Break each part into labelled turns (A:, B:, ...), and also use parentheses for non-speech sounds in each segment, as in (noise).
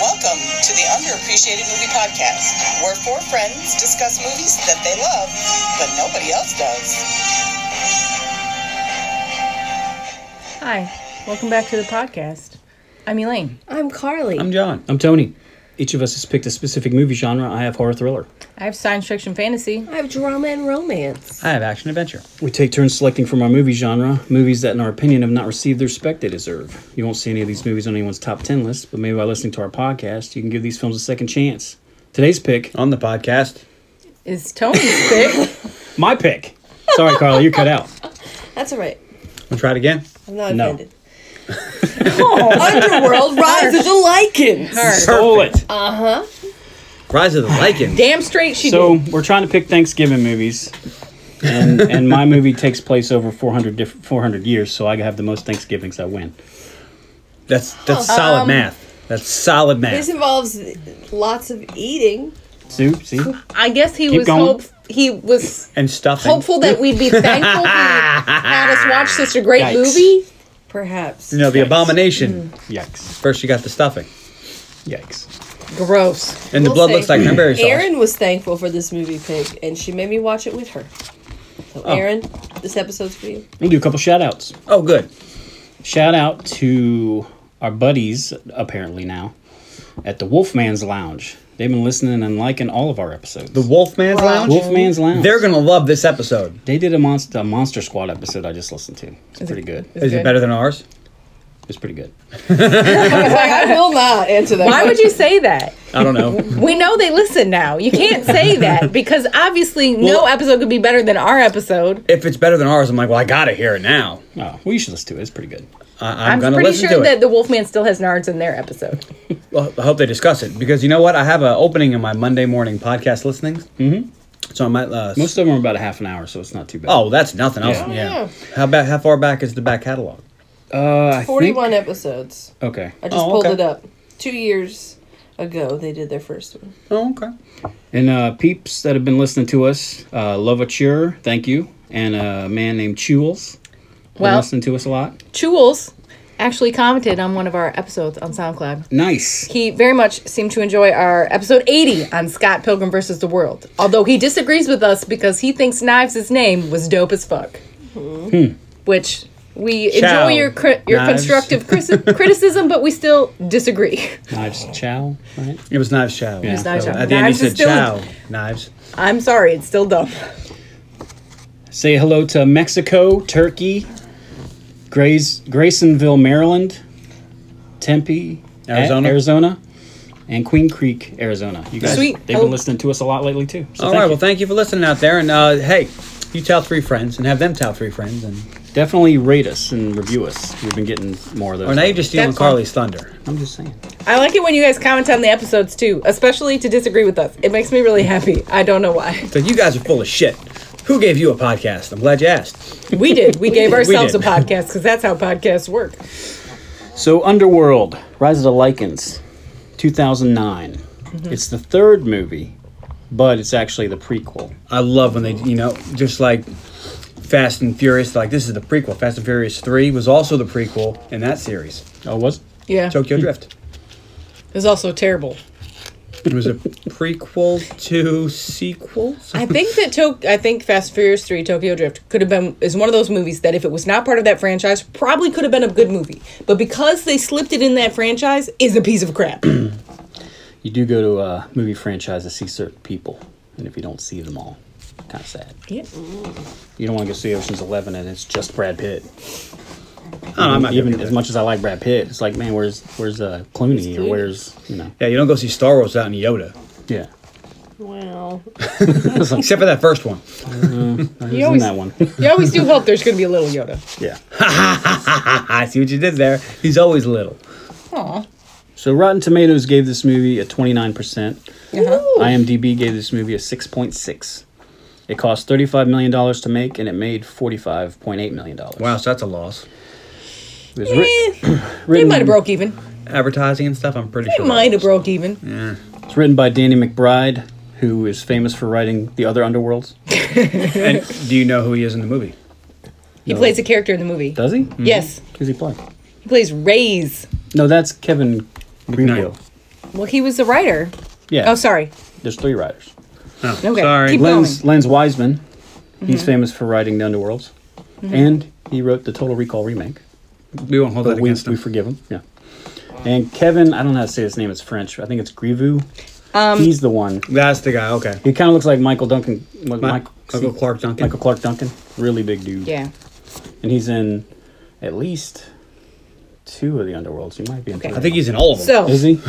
A: Welcome to the Underappreciated Movie Podcast, where four friends discuss movies that they love, but nobody else does.
B: Hi, welcome back to the podcast. I'm Elaine.
C: I'm Carly.
D: I'm John. I'm Tony. Each of us has picked a specific movie genre. I have horror thriller.
B: I have science fiction fantasy.
C: I have drama and romance.
E: I have action adventure.
D: We take turns selecting from our movie genre movies that, in our opinion, have not received the respect they deserve. You won't see any of these movies on anyone's top 10 list, but maybe by listening to our podcast, you can give these films a second chance. Today's pick,
E: On the podcast,
B: Is Tony's pick.
E: (laughs)
D: my pick. Sorry, (laughs) Carla, you're cut out.
C: That's all right.
E: we'll try it again.
C: I'm not
B: (laughs)
D: No.
C: offended. Underworld Rise of the Lycans.
B: Her.
D: Stole it.
E: Rise of
B: (laughs)
E: the Lycan.
B: Damn straight she
D: So,
B: did.
D: we're trying to pick Thanksgiving movies. and, and my movie takes place over 400, diff- 400 years, so I have the most Thanksgivings I win.
E: That's that's solid math. That's solid math.
C: This involves lots of eating.
D: Sue, see?
B: I guess he
D: Keep
B: was
D: going.
B: hope he was
E: and stuffing.
B: hopeful that we'd be thankful he had us watch such a great
D: Yikes.
B: movie.
C: Perhaps.
E: you know the
B: Mm.
E: abomination.
D: Yikes.
E: First, you got the stuffing,
D: Yikes.
B: Gross.
E: and the
C: We'll
E: blood
C: see.
E: looks like cranberry sauce.
C: Erin was thankful for this movie pick, and she made me watch it with her. So,
D: Oh.
C: Erin, this episode's for
D: (laughs)
C: you.
D: We'll do a couple shout outs.
E: oh, good.
D: shout out to our buddies apparently now at the Wolfman's Lounge. They've been listening and liking all of our episodes.
E: The Wolfman's Lounge.
D: Wolfman's Lounge.
E: They're gonna love this episode.
D: they did a monster a Monster Squad episode I just listened to. It's pretty good.
B: It's
E: Is
B: good.
E: it better than ours?
D: It's pretty good. Oh,
C: I will not answer that.
B: Why would you say that?
E: I
B: (laughs)
E: don't know.
B: We know they listen now. You can't say that because obviously no
E: Well-
B: episode could be better than our episode.
E: if it's better than ours, I'm like, well, I gotta hear it now.
D: Oh, well, you should listen to it. It's pretty good.
E: I- I'm,
B: I'm,
E: gonna
B: pretty
E: listen
B: sure
E: to
B: that
E: it.
B: the Wolfman still has nards in their episode.
E: Well, I hope they discuss it because you know what? I have an opening in my Monday morning podcast listenings. Mm-hmm. So I might uh,
D: Most of them are about a half an hour, so it's not too bad.
E: Oh, that's nothing. else.
D: Yeah.
E: yeah. How back? How far back is the back catalog?
D: uh, I
C: 41 episodes.
D: Think, okay.
C: I just
E: Oh,
C: pulled
E: okay.
C: it up. Two years ago, they did their first one.
E: Oh, okay.
D: And uh, peeps that have been listening to us, uh, Lovature, thank you, and a man named Chewels. been
B: Well-
D: listening to us a lot.
B: Chules actually commented on one of our episodes on SoundCloud.
D: Nice.
B: He very much seemed to enjoy our episode 80 on Scott Pilgrim versus the World, although he disagrees with us because he thinks Knives' name was dope as fuck. Which we
E: Ciao,
B: enjoy your cri- your
E: Hmm. Knives.
B: constructive
E: (laughs)
B: criti- criticism, but we still disagree.
D: Knives Chow, right?
E: It was Knives Chow.
D: was
B: Knives
E: So
B: Chow.
E: At the end, you
B: Knives is
E: said
B: still-
E: Chow. Knives.
B: I'm sorry, it's still dumb.
D: Say hello to Mexico, Turkey, Grays, Graysonville, Maryland, Tempe, A-
E: Arizona.
D: Arizona, and Queen Creek, Arizona. You guys,
B: Sweet.
D: they've
B: Oh.
D: been listening to us a lot lately too. So
E: All
D: thank
E: right.
D: you.
E: Well, thank you for listening out there. And uh, hey, you tell three friends and have them tell three friends. And
D: definitely rate us and review us. We've been getting more of those.
E: or now you're just stealing
B: That's
E: Carly's thunder.
D: I'm just saying.
B: I like it when you guys comment on the episodes too, especially to disagree with us. It makes me really happy. I don't know why.
E: So you guys are full of shit. Who gave you a podcast? I'm glad you asked.
B: We did. We, gave ourselves
E: did.
B: a podcast because that's how podcasts work.
D: So, Underworld, Rise of the Lycans, 2009.
E: Mm-hmm.
D: It's the third movie, but it's actually the prequel.
E: I love when they, you know, just like Fast and Furious. Like this is the prequel. Fast and Furious Three was also the prequel in that series.
D: Oh, was?
B: Yeah.
E: Tokyo Drift.
B: It was also terrible.
E: It was a prequel to sequels.
B: I think that to- I think Fast and Furious Three Tokyo Drift could have been is one of those movies that if it was not part of that franchise probably could have been a good movie, but because they slipped it in that franchise is a piece of
D: (clears throat)
B: crap.
D: You do go to a movie franchise to see certain people, and if you don't see them all, kind of sad.
B: yeah.
D: You don't want to go see Ocean's Eleven and it's just Brad Pitt.
E: Oh, I'm not gonna
D: Even
E: do
D: as
E: that.
D: much as I like Brad Pitt, it's like, man, where's where's uh, Clooney or where's you know?
E: Yeah, you don't go see Star Wars without any Yoda,
D: Yeah,
C: Wow.
E: except for that first one.
D: he's in
B: always-
D: that one. (laughs)
B: You always do hope there's going to be a little Yoda.
D: yeah.
E: I see what you did there. He's always little.
D: So Rotten Tomatoes gave this movie a 29 percent. IMDb gave this movie a 6.6. It cost 35 million dollars to make, and it made 45.8 million dollars.
E: Wow, so that's a loss.
D: It was writ-
B: They
D: written-
B: Eh, might have broke even.
E: Advertising and stuff. I'm pretty
B: They
E: sure.
B: might have broke even. (laughs)
D: It's written by Danny McBride, who is famous for writing the other Underworlds.
E: And do you know who he is in the movie?
B: He plays a character in the movie.
D: Does he?
B: Yes.
D: Who's he play?
B: He plays Ray's.
D: No, that's Kevin Greenfield.
B: Well, he was the writer.
D: Yeah.
B: Oh, sorry.
D: There's three writers.
B: Okay.
E: Sorry.
B: Keep
D: Lens
B: going. Mm-hmm.
D: Lens Wiseman. He's famous for writing The Underworlds, and he wrote the Total Recall remake.
E: We won't hold
D: But
E: that
D: we,
E: against
D: we
E: him.
D: forgive him. Yeah. And Kevin, I don't know how to say his name. It's French. I think it's Grivu. Um, He's the one.
E: That's the guy. Okay.
D: He kind of looks like Michael Duncan. what,
E: Mi-
D: Michael,
E: Michael Clark Duncan.
D: Michael Clark Duncan. Really big dude.
B: Yeah.
D: And he's in at least two of the Underworlds. He might be in
B: Okay.
D: three.
E: I think he's in all of them.
B: So
D: Is he?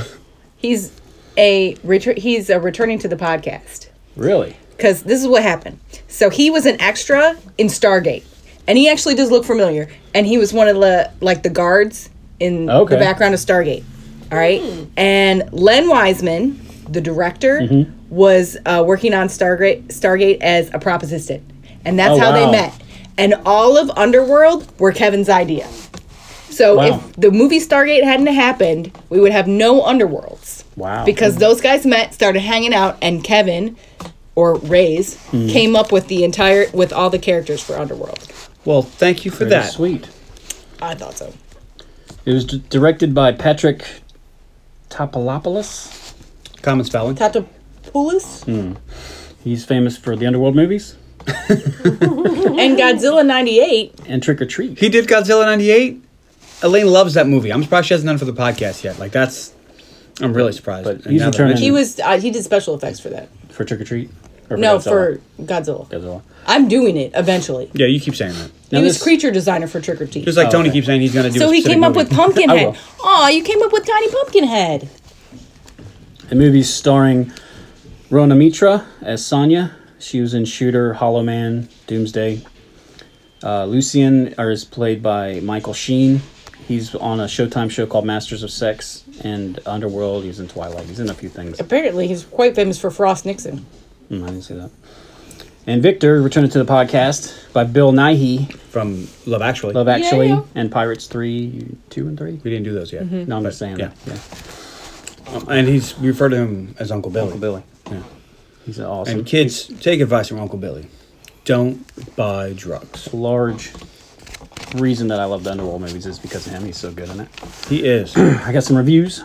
B: he's a retur- he's a returning to the podcast
D: Really?
B: because this is what happened. So he was an extra in Stargate, and he actually does look familiar. And he was one of the like the guards in
D: Okay.
B: the background of Stargate. All right, and Len Wiseman, the director,
D: Mm-hmm.
B: was uh, working on Stargate Stargate as a prop assistant, and that's
D: Oh,
B: how
D: wow.
B: they met. And all of Underworld were Kevin's idea. So
D: Wow.
B: if the movie Stargate hadn't happened, we would have no Underworlds.
D: Wow.
B: Because those guys met, started hanging out, and Kevin or Ray's came up with the entire with all the characters for Underworld.
E: Well, thank you for
D: Pretty
E: that.
D: sweet.
B: I thought so.
D: It was d- directed by Patrick Topolopoulos.
E: Common spelling.
B: Tatopoulos
D: He's famous for the Underworld movies
B: and Godzilla '98.
D: and Trick or Treat.
E: He did Godzilla '98. Elaine loves that movie. I'm surprised she hasn't done it for the podcast yet. Like that's, I'm really surprised.
D: But
E: And
D: he's
E: now that I
D: returning.
E: mention
B: He
E: it-
B: was uh, he did special effects for that.
D: for Trick or Treat? Or
B: no,
D: Godzilla?
B: for Godzilla.
D: Godzilla.
B: I'm doing it eventually.
E: Yeah, you keep saying that.
B: he was
D: this-
B: creature designer for Trick or Treat.
E: Just like
D: Oh,
E: Tony
D: okay.
E: keeps saying, he's gonna do.
B: so
E: a
B: he
E: specific
B: came up
E: movie. (laughs)
B: with Pumpkinhead.
D: will.
B: Oh, you came up with Tiny Pumpkinhead.
D: The movie's starring Rona Mitra as Sonya. She was in Shooter, Hollow Man, Doomsday. Uh, Lucian or is played by Michael Sheen. He's on a Showtime show called Masters of Sex and Underworld. He's in Twilight. He's in a few things.
B: Apparently, he's quite famous for Frost Nixon.
D: Mm, I didn't see that. And Victor, returning to the podcast by Bill Nighy,
E: from Love Actually.
D: Love Actually,
B: yeah.
D: and Pirates 3, 2 and 3.
E: We didn't do those yet.
B: Mm-hmm.
D: No, I'm just saying.
E: Yeah.
D: that, Yeah.
E: Um, and he's we refer to him as Uncle Billy.
D: Uncle Billy.
E: Yeah.
D: He's awesome.
E: And kids, take advice from Uncle Billy. Don't buy drugs.
D: large reason that I love the Underworld movies is because of him. He's so good in it.
E: He is.
D: I got some reviews.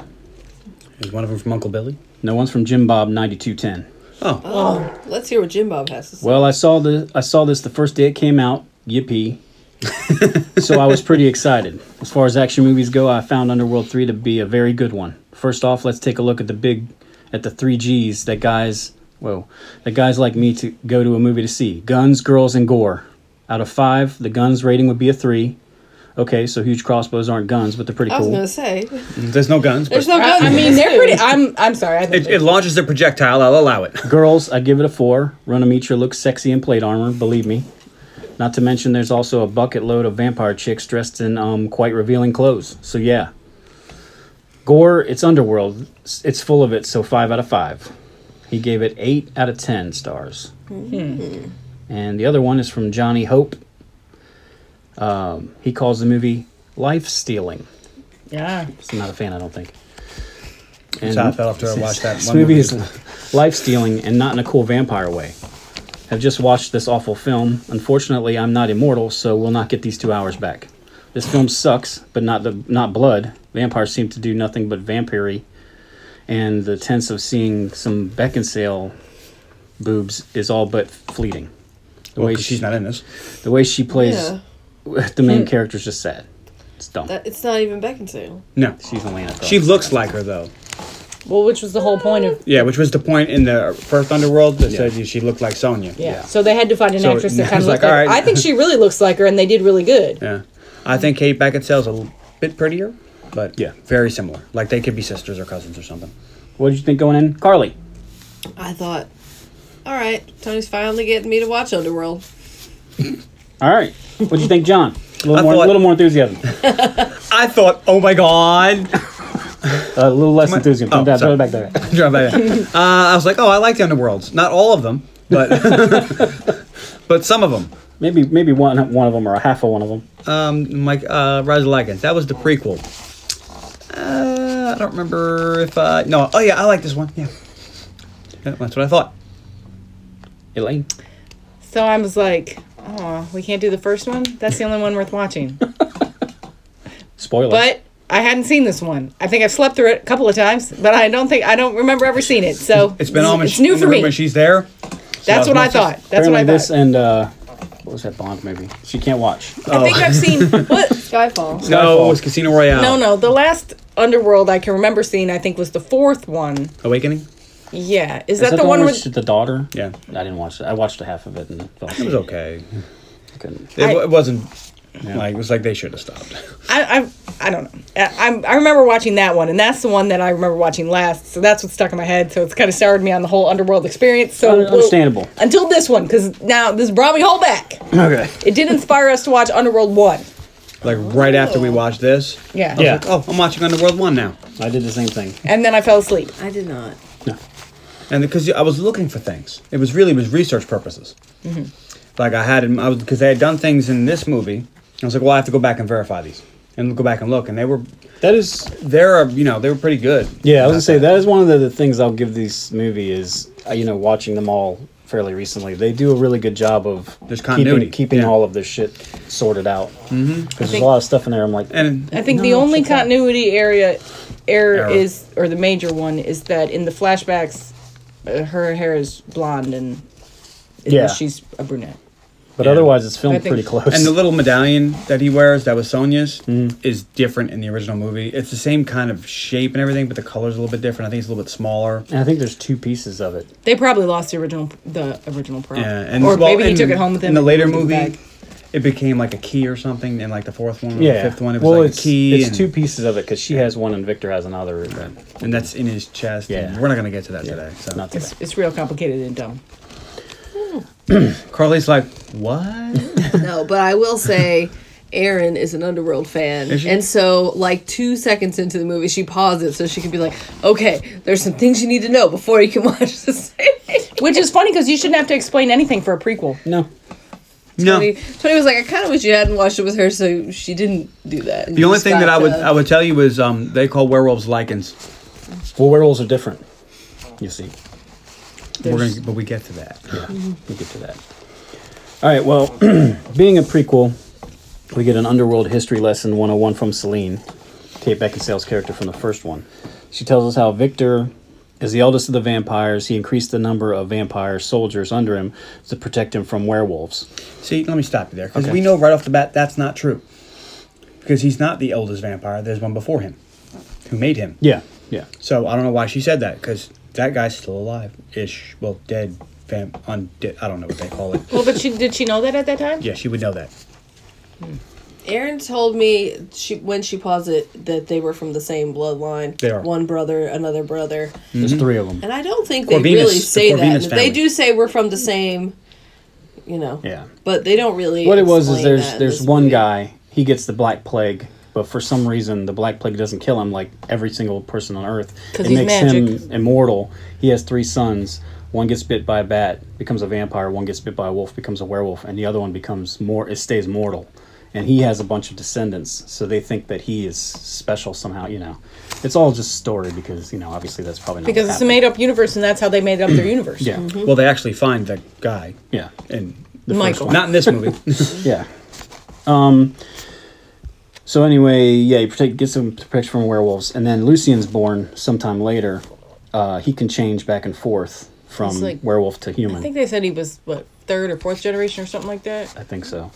E: is one of them from Uncle Billy?
D: No one's from Jim Bob 9210.
E: Oh,
C: Let's hear what Jim Bob has to say.
D: Well, I saw the I saw this the first day it came out. Yippee. (laughs) so I was pretty excited. As far as action movies go, I found Underworld 3 to be a very good one. First off, let's take a look at the big at the 3 Gs that guys, whoa, that guys like me to go to a movie to see. Guns, girls and gore. Out of 5, the guns rating would be a 3. Okay, so huge crossbows aren't guns, but they're pretty
C: I was
D: cool.
C: gonna say (laughs)
E: there's no guns. But
C: there's no guns.
B: I, I
C: in
B: mean,
C: this
B: they're
C: movie.
B: pretty. I'm I'm sorry. I think
E: it, it launches a projectile. I'll allow it.
D: Girls, I'd give it a four. Runomitra looks sexy in plate armor, believe me. Not to mention, there's also a bucket load of vampire chicks dressed in um, quite revealing clothes. So yeah, gore. It's underworld. It's it's full of it. So five out of five. He gave it eight out of ten stars. And the other one is from Johnny Hope. Um, he calls the movie life stealing.
B: yeah.
D: I'm not a fan. I don't think.
E: That's how I felt after I watched that
D: This
E: one
D: movie
E: movie.
D: is life stealing and not in a cool vampire way. Have just watched this awful film. Unfortunately, I'm not immortal, so we'll not get these two hours back. This film sucks, but not the not blood. Vampires seem to do nothing but vampiry, and the tense of seeing some Beckinsale boobs is all but fleeting. The
E: Well,
D: way
E: 'cause she's not in this.
D: the way she plays
C: Yeah.
D: (laughs)
C: Hmm.
D: the main character is just sad. It's dumb.
C: That- it's not even Beckinsale.
E: No,
D: She's Elena. Cross.
E: she looks like her though.
B: Well, which was the whole point of
E: Yeah, which was the point in the first Underworld that
D: Yeah.
E: said she looked like Sonya.
B: Yeah. So they had to find an
E: So
B: actress
E: it
B: that kind
E: was
B: of
E: like,
B: looked like.
E: all right.
B: I think she really looks like her, and they did really good.
E: Yeah. I think Kate Beckinsale's a l- bit prettier, but
D: Yeah.
E: very similar. Like they could be sisters or cousins or something.
D: What did you think going in, Carly?
C: I thought, all right, Tony's finally getting me to watch Underworld.
D: All right. What do you
E: (laughs)
D: think, John? A
E: I
D: little, more,
E: thought-
D: little more enthusiasm.
E: I thought, oh my god.
D: A little less enthusiasm.
E: Oh,
D: Put that- put
E: sorry.
D: it back there.
E: Drive by
B: (laughs)
E: that. Uh, I was like, oh, I like the Underworlds. Not all of them, but (laughs) but some of them.
D: Maybe maybe one one of them or a half of one of them.
E: Um, like uh, Rise of the Lycans. That was the prequel. Uh, I don't remember if I no. Oh yeah, I like this one. Yeah, that's what I thought.
D: Elaine.
B: So I was like, oh, we can't do the first one. That's the only one worth watching.
D: Spoiler.
B: But I hadn't seen this one. I think I've slept through it a couple of times, but I don't think I don't remember ever seeing it. So
E: It's been
B: this-
E: on when
B: It's
E: she-
B: new
E: in the
B: for
E: room
B: me.
E: when she's there. So
B: That's what I
E: much as-
B: thought. That's what I
D: Apparently
B: thought.
D: this and uh, what was that Bond movie? She can't watch.
B: I think I've seen what?
C: Skyfall.
E: No, it was Casino Royale.
B: No, no. The last Underworld I can remember seeing, I think, was the fourth one.
E: Awakening.
B: Yeah, is,
D: Is
B: that, the one
D: where
B: with?
D: she's the daughter?
E: Yeah.
D: I didn't watch it. I watched a half of it and it
B: (laughs)
D: fell
E: It was
D: asleep.
E: okay.
D: Couldn't-
E: It, wa- it wasn't
D: Yeah.
E: like it was like they should have stopped. (laughs)
B: I, I I don't know. I, I'm- I remember watching that one, and that's the one that I remember watching last. So that's what stuck in my head. So it's kind of soured me on the whole underworld experience. So
D: Un-
B: we'll-
D: understandable.
B: until this one, because now this brought me whole back.
D: Okay.
B: It did inspire us to watch Underworld one.
E: Like right after we watched this.
B: Oh. Yeah.
D: Yeah.
E: Like, oh, I'm watching Underworld One now,
D: I did the same thing.
B: And then I fell asleep.
C: I did not.
D: No.
E: and because I was looking for things, it was really it was research purposes.
D: Mm-hmm.
E: Like I had, in- I was because they had done things in this movie. I was like, well, I have to go back and verify these, and go back and look, and they were,
D: That is
E: they're you know they were pretty good.
D: Yeah, I was gonna say that is one of the, the things I'll give this movie is uh, you know watching them all fairly recently. They do a really good job of
E: There's continuity,
D: keeping, keeping
E: yeah.
D: all of this shit sorted out. Mm-hmm. there's a lot of stuff in there. I'm like,
E: And
B: I think the only continuity area error
E: Error.
B: is, or the major one is that in the flashbacks, uh, her hair is blonde and and
D: Yeah.
B: she's a brunette.
D: but otherwise it's
B: I
D: filmed
B: think-
D: pretty close.
E: And the little medallion that he wears that was Sonya's
D: Mm-hmm.
E: is different in the original movie. It's the same kind of shape and everything, but the color's a little bit different. I think it's a little bit smaller.
D: and I think there's two pieces of it.
B: They probably lost the original the original prop.
E: Yeah, and
B: or
E: well,
B: maybe he
E: in-
B: took it home with him.
E: in the
B: and
E: later
B: moved it
E: movie.
B: back.
E: It became like a key or something, and like the fourth one, or
D: Yeah,
E: the fifth one, it was
D: well,
E: like
D: it's,
E: a key.
D: It's
E: and,
D: two pieces of it because she has one and Victor has another.
E: and that's in his chest. and
D: Yeah.
E: we're not gonna get to that today. So
D: Not today.
B: It's, it's real complicated and dumb.
E: Carly's like,
D: (laughs)
E: what?
C: No, but I will say Aaron is an Underworld fan.
E: she?
C: And so, like, two seconds into the movie, she paused it so she could be like, okay, there's some things you need to know before you can (laughs) watch this.
B: Which is funny because you shouldn't have to explain anything for a prequel.
D: No,
E: no.
C: Tony, Tony was like, I kind of wish you hadn't watched it with her, so she didn't do that.
E: The only thing that I would I would tell you is um they call werewolves lichens.
D: well, werewolves are different. You see,
E: We're gonna, but we get to that.
D: we'll get to that. All right. Well, (clears throat) being a prequel, we get an underworld history lesson 101 from Celine, Kate Beckinsale's character from the first one. She tells us how Victor is the eldest of the vampires. He increased the number of vampire soldiers under him to protect him from werewolves.
E: See, let me stop you there because
D: Okay.
E: we know right off the bat that's not true. Because he's not the oldest vampire. There's one before him, who made him.
D: Yeah. Yeah.
E: So I don't know why she said that because that guy's still alive, ish. Well, dead, fam, undead. I don't know what they call it.
B: Well, but she did she know that at that time?
E: yeah, she would know that.
C: Aaron told me she when she paused it that they were from the same bloodline.
E: They are.
C: one brother, another brother,
D: There's three of them.
C: and I don't think they
E: Corvinus-
C: really
E: the
C: say that.
E: Corvinus
C: They
E: family.
C: do say we're from the same, you know.
D: Yeah.
C: But they don't really.
D: What it was is
C: explain that
D: there's
C: in
D: there's
C: this
D: one
C: movie.
D: guy. He gets the black plague. But for some reason, the Black Plague doesn't kill him like every single person on Earth.
B: 'Cause
D: It
B: he's
D: makes
B: magic.
D: him immortal. He has three sons. One gets bit by a bat, becomes a vampire. One gets bit by a wolf, becomes a werewolf, and the other one becomes more. It stays mortal, and he has a bunch of descendants. So they think that he is special somehow. You know, it's all just story because you know obviously that's probably not what
B: Because it's Mm-hmm. a
D: happened.
B: made up universe, and that's how they made up their universe.
D: Yeah,
E: Well, they actually find the guy,
D: yeah,
E: and
B: Michael.
E: not in this movie. (laughs)
D: yeah. Um. So anyway, yeah, he protect, gets some protection from werewolves, and then Lucian's born sometime later. Uh, he can change back and forth from
B: He's like-
D: werewolf to human.
B: I think they said he was what third or fourth generation or something like that.
D: I think so.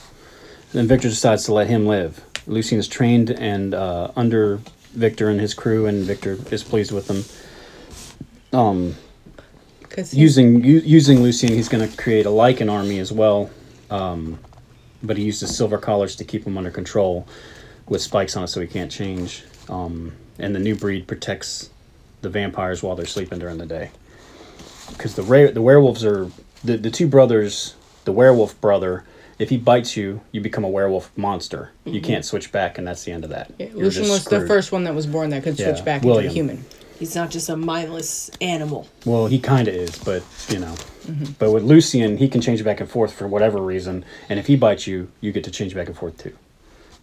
D: Then Victor decides to let him live. Lucien is trained and uh, under Victor and his crew, and Victor is pleased with them.
B: Because
D: Using u- using Lucien, he's going to create a Lycan army as well. Um, but he uses silver collars to keep him under control, with spikes on it so he can't change. Um, and the new breed protects the vampires while they're sleeping during the day. Because the ra- the werewolves are the, the two brothers. The werewolf brother, if he bites you, you become a werewolf monster. You can't switch back, and that's the end of that. You're
B: Lucian
D: just
B: Mm-hmm. was the
D: screwed.
B: first one that was born that could switch
D: Yeah,
B: back into
D: William.
B: a human.
C: He's not just a mindless animal.
D: Well, he kind of is, but you know. But with Lucian, he can change back and forth for whatever reason, and if he bites you, you get to change back and forth too.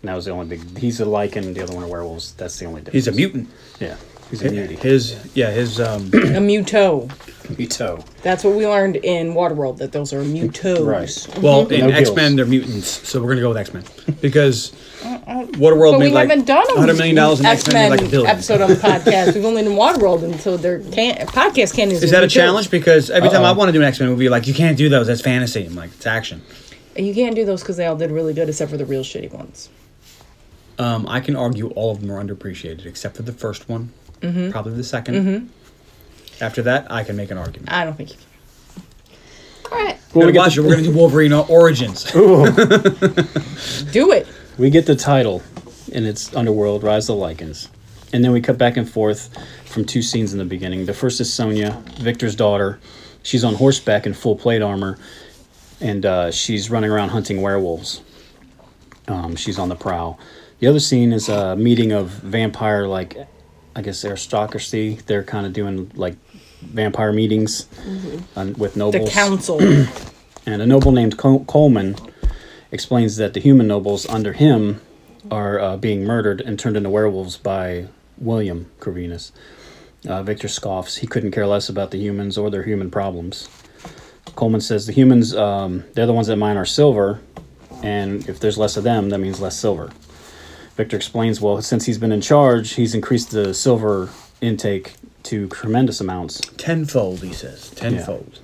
D: And that was the only big. He's a lycan, the other one are werewolves. That's the only difference.
E: he's a mutant.
D: Yeah, he's a mutant. (coughs)
E: His yeah, his um,
B: A muto.
D: Muto.
B: That's what we learned in Waterworld that those are Mutos.
E: Well, in
D: No
E: X Men,
D: gills.
E: they're mutants, so we're gonna go with X Men
B: (laughs)
E: because Waterworld
B: But we
E: made like
B: haven't done a
E: hundred million dollars in X Men, like a billion.
B: episode on the podcast. We've only done Waterworld, and so their can- podcast can
E: Is that a challenge? Because every time I want to do an X Men movie, you're like you can't do those. That's fantasy. I'm like it's action.
B: You can't do those because they all did really good, except for the real shitty ones.
E: Um, I can argue all of them are underappreciated except for the first one,
B: Mm-hmm.
E: probably the 2nd After that, I can make an argument.
B: I don't think you can.
C: All right.
E: We're
D: Well,
E: gonna
D: we, get
E: watch it.
D: the,
E: We're gonna do
D: (laughs)
E: Wolverine Origins.
B: do it.
D: we get the title, and it's Underworld: Rise of the Lycans, and then we cut back and forth from two scenes in the beginning. The first is Sonya, Victor's daughter. She's on horseback in full plate armor, and uh, she's running around hunting werewolves. Um, she's on the prowl. The other scene is a meeting of vampire, like I guess aristocracy. They're kind of doing like vampire meetings um, with
B: The
D: nobles.
B: council.
E: (clears throat)
D: And a noble named Col- Coleman explains that the human nobles under him are uh, being murdered and turned into werewolves by William Corvinus. Uh, Victor scoffs. He couldn't care less about the humans or their human problems. Coleman says the humans, um, they're the ones that mine our silver, and if there's less of them, that means less silver. Victor explains, well, since he's been in charge, he's increased the silver intake to tremendous amounts.
E: Tenfold, he says. Tenfold.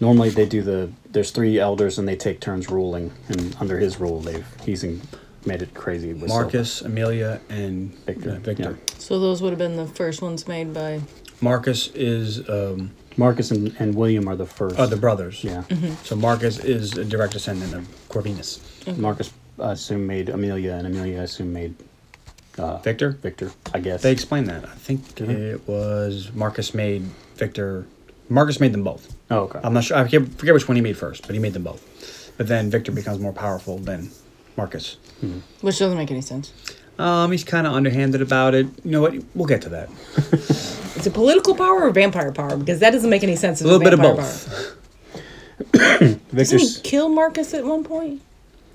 D: Normally, they do the. There's three elders, and they take turns ruling. And under his rule, they've he's in, made it crazy. With
E: Marcus, Amelia, and
D: Victor,
E: Victor. Victor.
D: yeah.
B: so those would have been the first ones made by.
E: Marcus is um,
D: silver. Marcus, and, and William are the first.
E: are Oh, the brothers.
D: yeah.
C: Mm-hmm.
E: So Marcus is a direct descendant of Corvinus.
C: Mm-hmm.
D: Marcus, I assume made Amelia, and Amelia, I assume made Uh,
E: Victor.
D: Victor. I guess
E: They explained that. I think it was Marcus made Victor. Marcus made them both.
D: Oh, okay.
E: I'm not sure. I can't- forget which one he made first, but he made them both. But then Victor becomes more powerful than Marcus.
B: Which doesn't make any sense.
E: Um, he's kind of underhanded about it. You know what? We'll get to that.
B: It's a political power or vampire power because that doesn't make any sense.
E: A little bit of both.
B: Didn't he
D: Victor's.
B: kill Marcus at one point?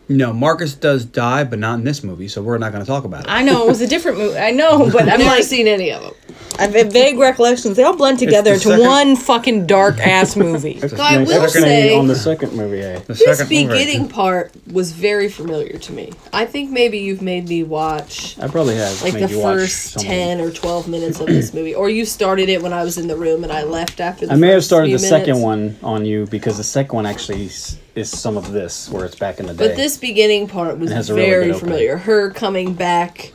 E: No, Marcus does die, but not in this movie, so we're not going to talk about it.
B: I know it was a different movie. I
E: (laughs)
B: know, but I'm
C: I've never
B: like
C: seen any of them.
B: I have vague recollections. They all blend together
E: It's
B: into
E: the second-
B: one fucking dark ass
E: (laughs)
B: movie.
D: Victor's
C: I
D: next-
C: will
D: second
C: say-
D: on the second movie. eh?
E: The
C: This
E: second one, right.
C: beginning part was very familiar to me. I think maybe you've made me watch
D: I probably have
C: like
D: made
C: the
D: you watch
C: first
D: some of them.
C: 10 or 12 minutes of this movie or you started it when i was in the room and i left after the
D: I may have
C: first
D: started
C: few
D: the second
C: minutes.
D: one on you because the second one actually is, is some of this where it's back in the day.
C: but this beginning part was
D: It has a really
C: very
D: good opening.
C: familiar her coming back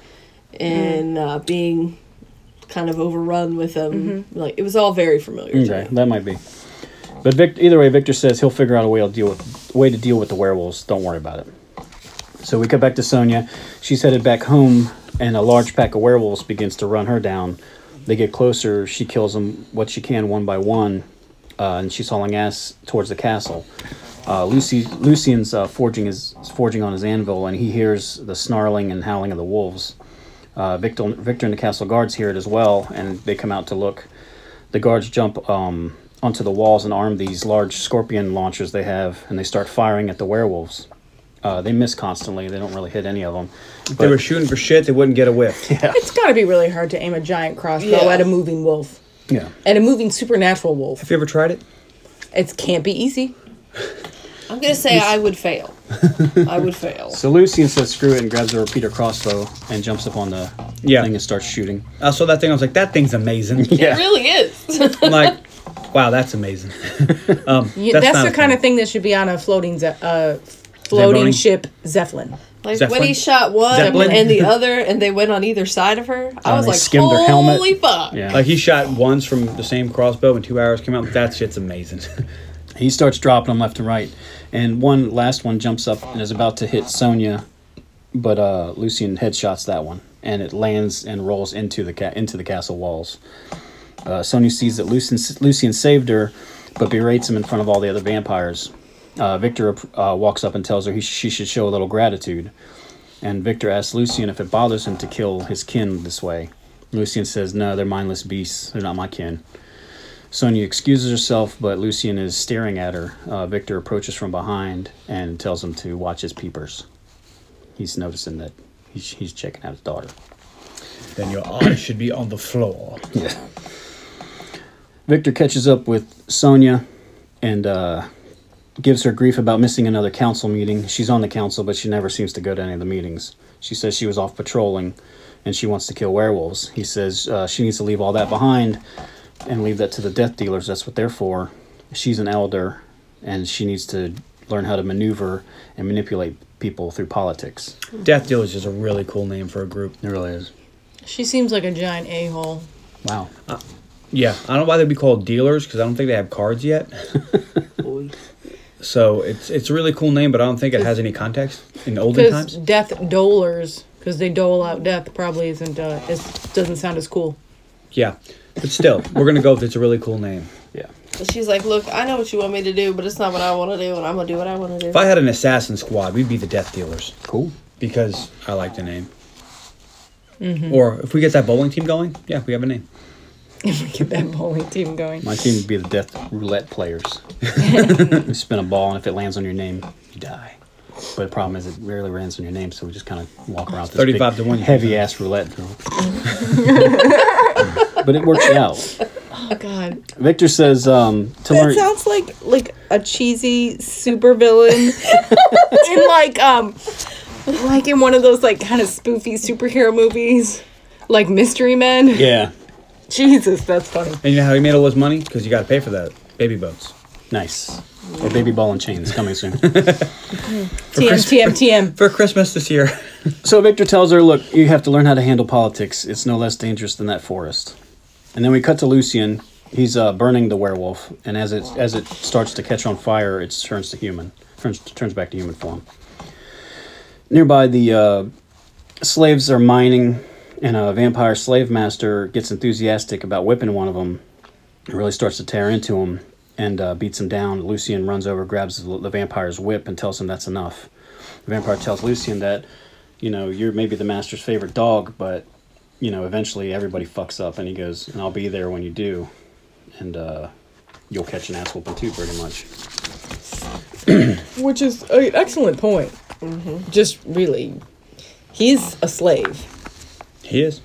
C: and uh, being kind of overrun with them like it was all very familiar
D: Okay,
C: to me
D: that might be. But Vic, either way, Victor says he'll figure out a way to deal with way to deal with the werewolves. Don't worry about it. So we cut back to Sonia. She's headed back home, and a large pack of werewolves begins to run her down. They get closer. She kills them what she can, one by one, uh, and she's hauling ass towards the castle. Uh, Lucy Lucian's uh, forging his forging on his anvil, and he hears the snarling and howling of the wolves. Uh, Victor, Victor and the castle guards hear it as well, and they come out to look. The guards jump um, onto the walls and arm these large scorpion launchers they have, and they start firing at the werewolves. Uh, they miss constantly; they don't really hit any of them.
E: If they were shooting for shit, they wouldn't get a
D: (laughs)
E: whiff.
B: It's got to be really hard to aim a giant crossbow
C: Yeah.
B: at a moving wolf.
D: yeah,
B: At a moving supernatural wolf.
E: Have you ever tried it?
B: It can't be easy.
C: i'm gonna say i would
D: (laughs)
C: fail i would fail
D: So Lucian says, "Screw it!" and grabs a repeater crossbow and jumps up on the
E: Yeah.
D: thing and starts shooting.
E: I saw that thing. I was like, that thing's
D: (laughs)
E: amazing.
C: it really is
E: I'm like, wow, that's
D: (laughs)
E: amazing. um,
B: You- that's
E: not
B: the
E: a
B: kind of thing that should be on a floating ze- uh,
E: Zeppelin?
B: floating ship Zeppelin.
C: like
E: Zeppelin?
C: when he shot one
E: Zeppelin?
C: and
D: (laughs)
C: the other and they went on either side of her i
D: Oh,
C: was
D: they
C: like
D: skimmed
C: holy
D: her helmet."
C: fuck
D: Yeah,
E: Like he shot once from the same crossbow, and two arrows came out. That shit's
D: (laughs)
E: amazing.
D: he starts dropping them left and right, and one last one jumps up and is about to hit Sonya, but uh, Lucian headshots that one, and it lands and rolls into the ca- into the castle walls. Uh, Sonya sees that Lucian Lucian saved her, but berates him in front of all the other vampires. Uh, Victor uh, walks up and tells her he she should show a little gratitude, and Victor asks Lucian if it bothers him to kill his kin this way. Lucian says, "No, they're mindless beasts. They're not my kin." Sonia excuses herself, but Lucian is staring at her. Uh, Victor approaches from behind and tells him to watch his peepers. He's noticing that he's, he's checking out his daughter.
E: then your eyes should be on the floor.
D: Yeah. Victor catches up with Sonia and uh, gives her grief about missing another council meeting. She's on the council, but she never seems to go to any of the meetings. She says she was off patrolling and she wants to kill werewolves. He says uh, she needs to leave all that behind and leave that to the death dealers. That's what they're for. She's an elder and she needs to learn how to maneuver and manipulate people through politics.
E: Death Dealers is a really cool name for a group.
D: It really is.
B: She seems like a giant a hole.
D: Wow.
E: Yeah, I don't know why they'd be called dealers because I don't think they have cards
D: (laughs)
E: yet.
C: Oy.
E: So it's it's a really cool name, but I don't think it has any context in olden
B: Because
E: times.
B: death dolers, because they dole out death, probably isn't uh, is, doesn't sound as cool. (laughs)
E: Yeah, but still, we're gonna go with it's a really cool name.
D: Yeah.
C: But she's like, look, I know what you want me to do, but it's not what I want to do, and I'm gonna do what I want to
E: If
C: do.
E: I had an assassin squad, we'd be the Death Dealers
D: Cool.
E: because I like the name. Or if we get that bowling team going, yeah, we have a name.
B: Get that bowling team going.
D: My team would be the death roulette players. you spin a ball, and if it lands on your name, you die. But the problem is, it rarely lands on your name, so we just kind of walk around. This
E: 35
D: big,
E: to one.
D: Heavy ass roulette. drill. but it works out.
B: Oh God,
D: Victor says um, to
F: That
D: learn.
F: sounds like like a cheesy
D: (laughs)
F: supervillain in like um like in one of those like kind of spoofy superhero movies.
B: like mystery men.
D: yeah.
B: Jesus, that's funny.
E: And you know how he made all his money? Because you got to pay for that baby boats.
D: Nice. Or baby ball and chain is coming soon.
B: TM TM TM.
E: For Christmas this year. (laughs)
D: So Victor tells her, "Look, you have to learn how to handle politics. It's no less dangerous than that forest." And then we cut to Lucian. He's uh, burning the werewolf, and as it as it starts to catch on fire, it turns to human, turns turns back to human form. Nearby, the uh, slaves are mining, and a vampire slave master gets enthusiastic about whipping one of them. and really starts to tear into him and uh, beats him down. Lucian runs over, grabs the, the vampire's whip, and tells him that's enough. The vampire tells Lucian that, you know, you're maybe the master's favorite dog, but, you know, eventually everybody fucks up. And he goes, and I'll be there when you do. And uh, you'll catch an ass whooping too, pretty much.
B: Which is an excellent point. Just really, he's a slave.
E: He is.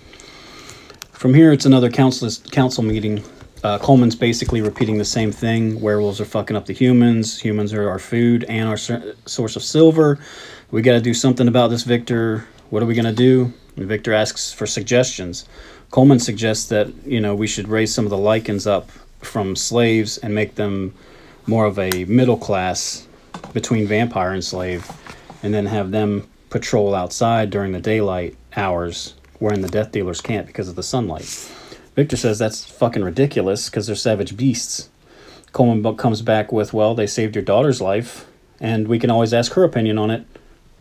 D: From here, it's another council council meeting. Uh, Coleman's basically repeating the same thing. Werewolves are fucking up the humans. Humans are our food and our sur- source of silver. We got to do something about this, Victor. What are we gonna do? And Victor asks for suggestions. Coleman suggests that you know we should raise some of the lichens up from slaves and make them more of a middle class between vampire and slave, and then have them patrol outside during the daylight hours, wherein the death dealers can't because of the sunlight. Victor says that's fucking ridiculous because they're savage beasts. Coleman bu- comes back with, well, they saved your daughter's life, and we can always ask her opinion on it.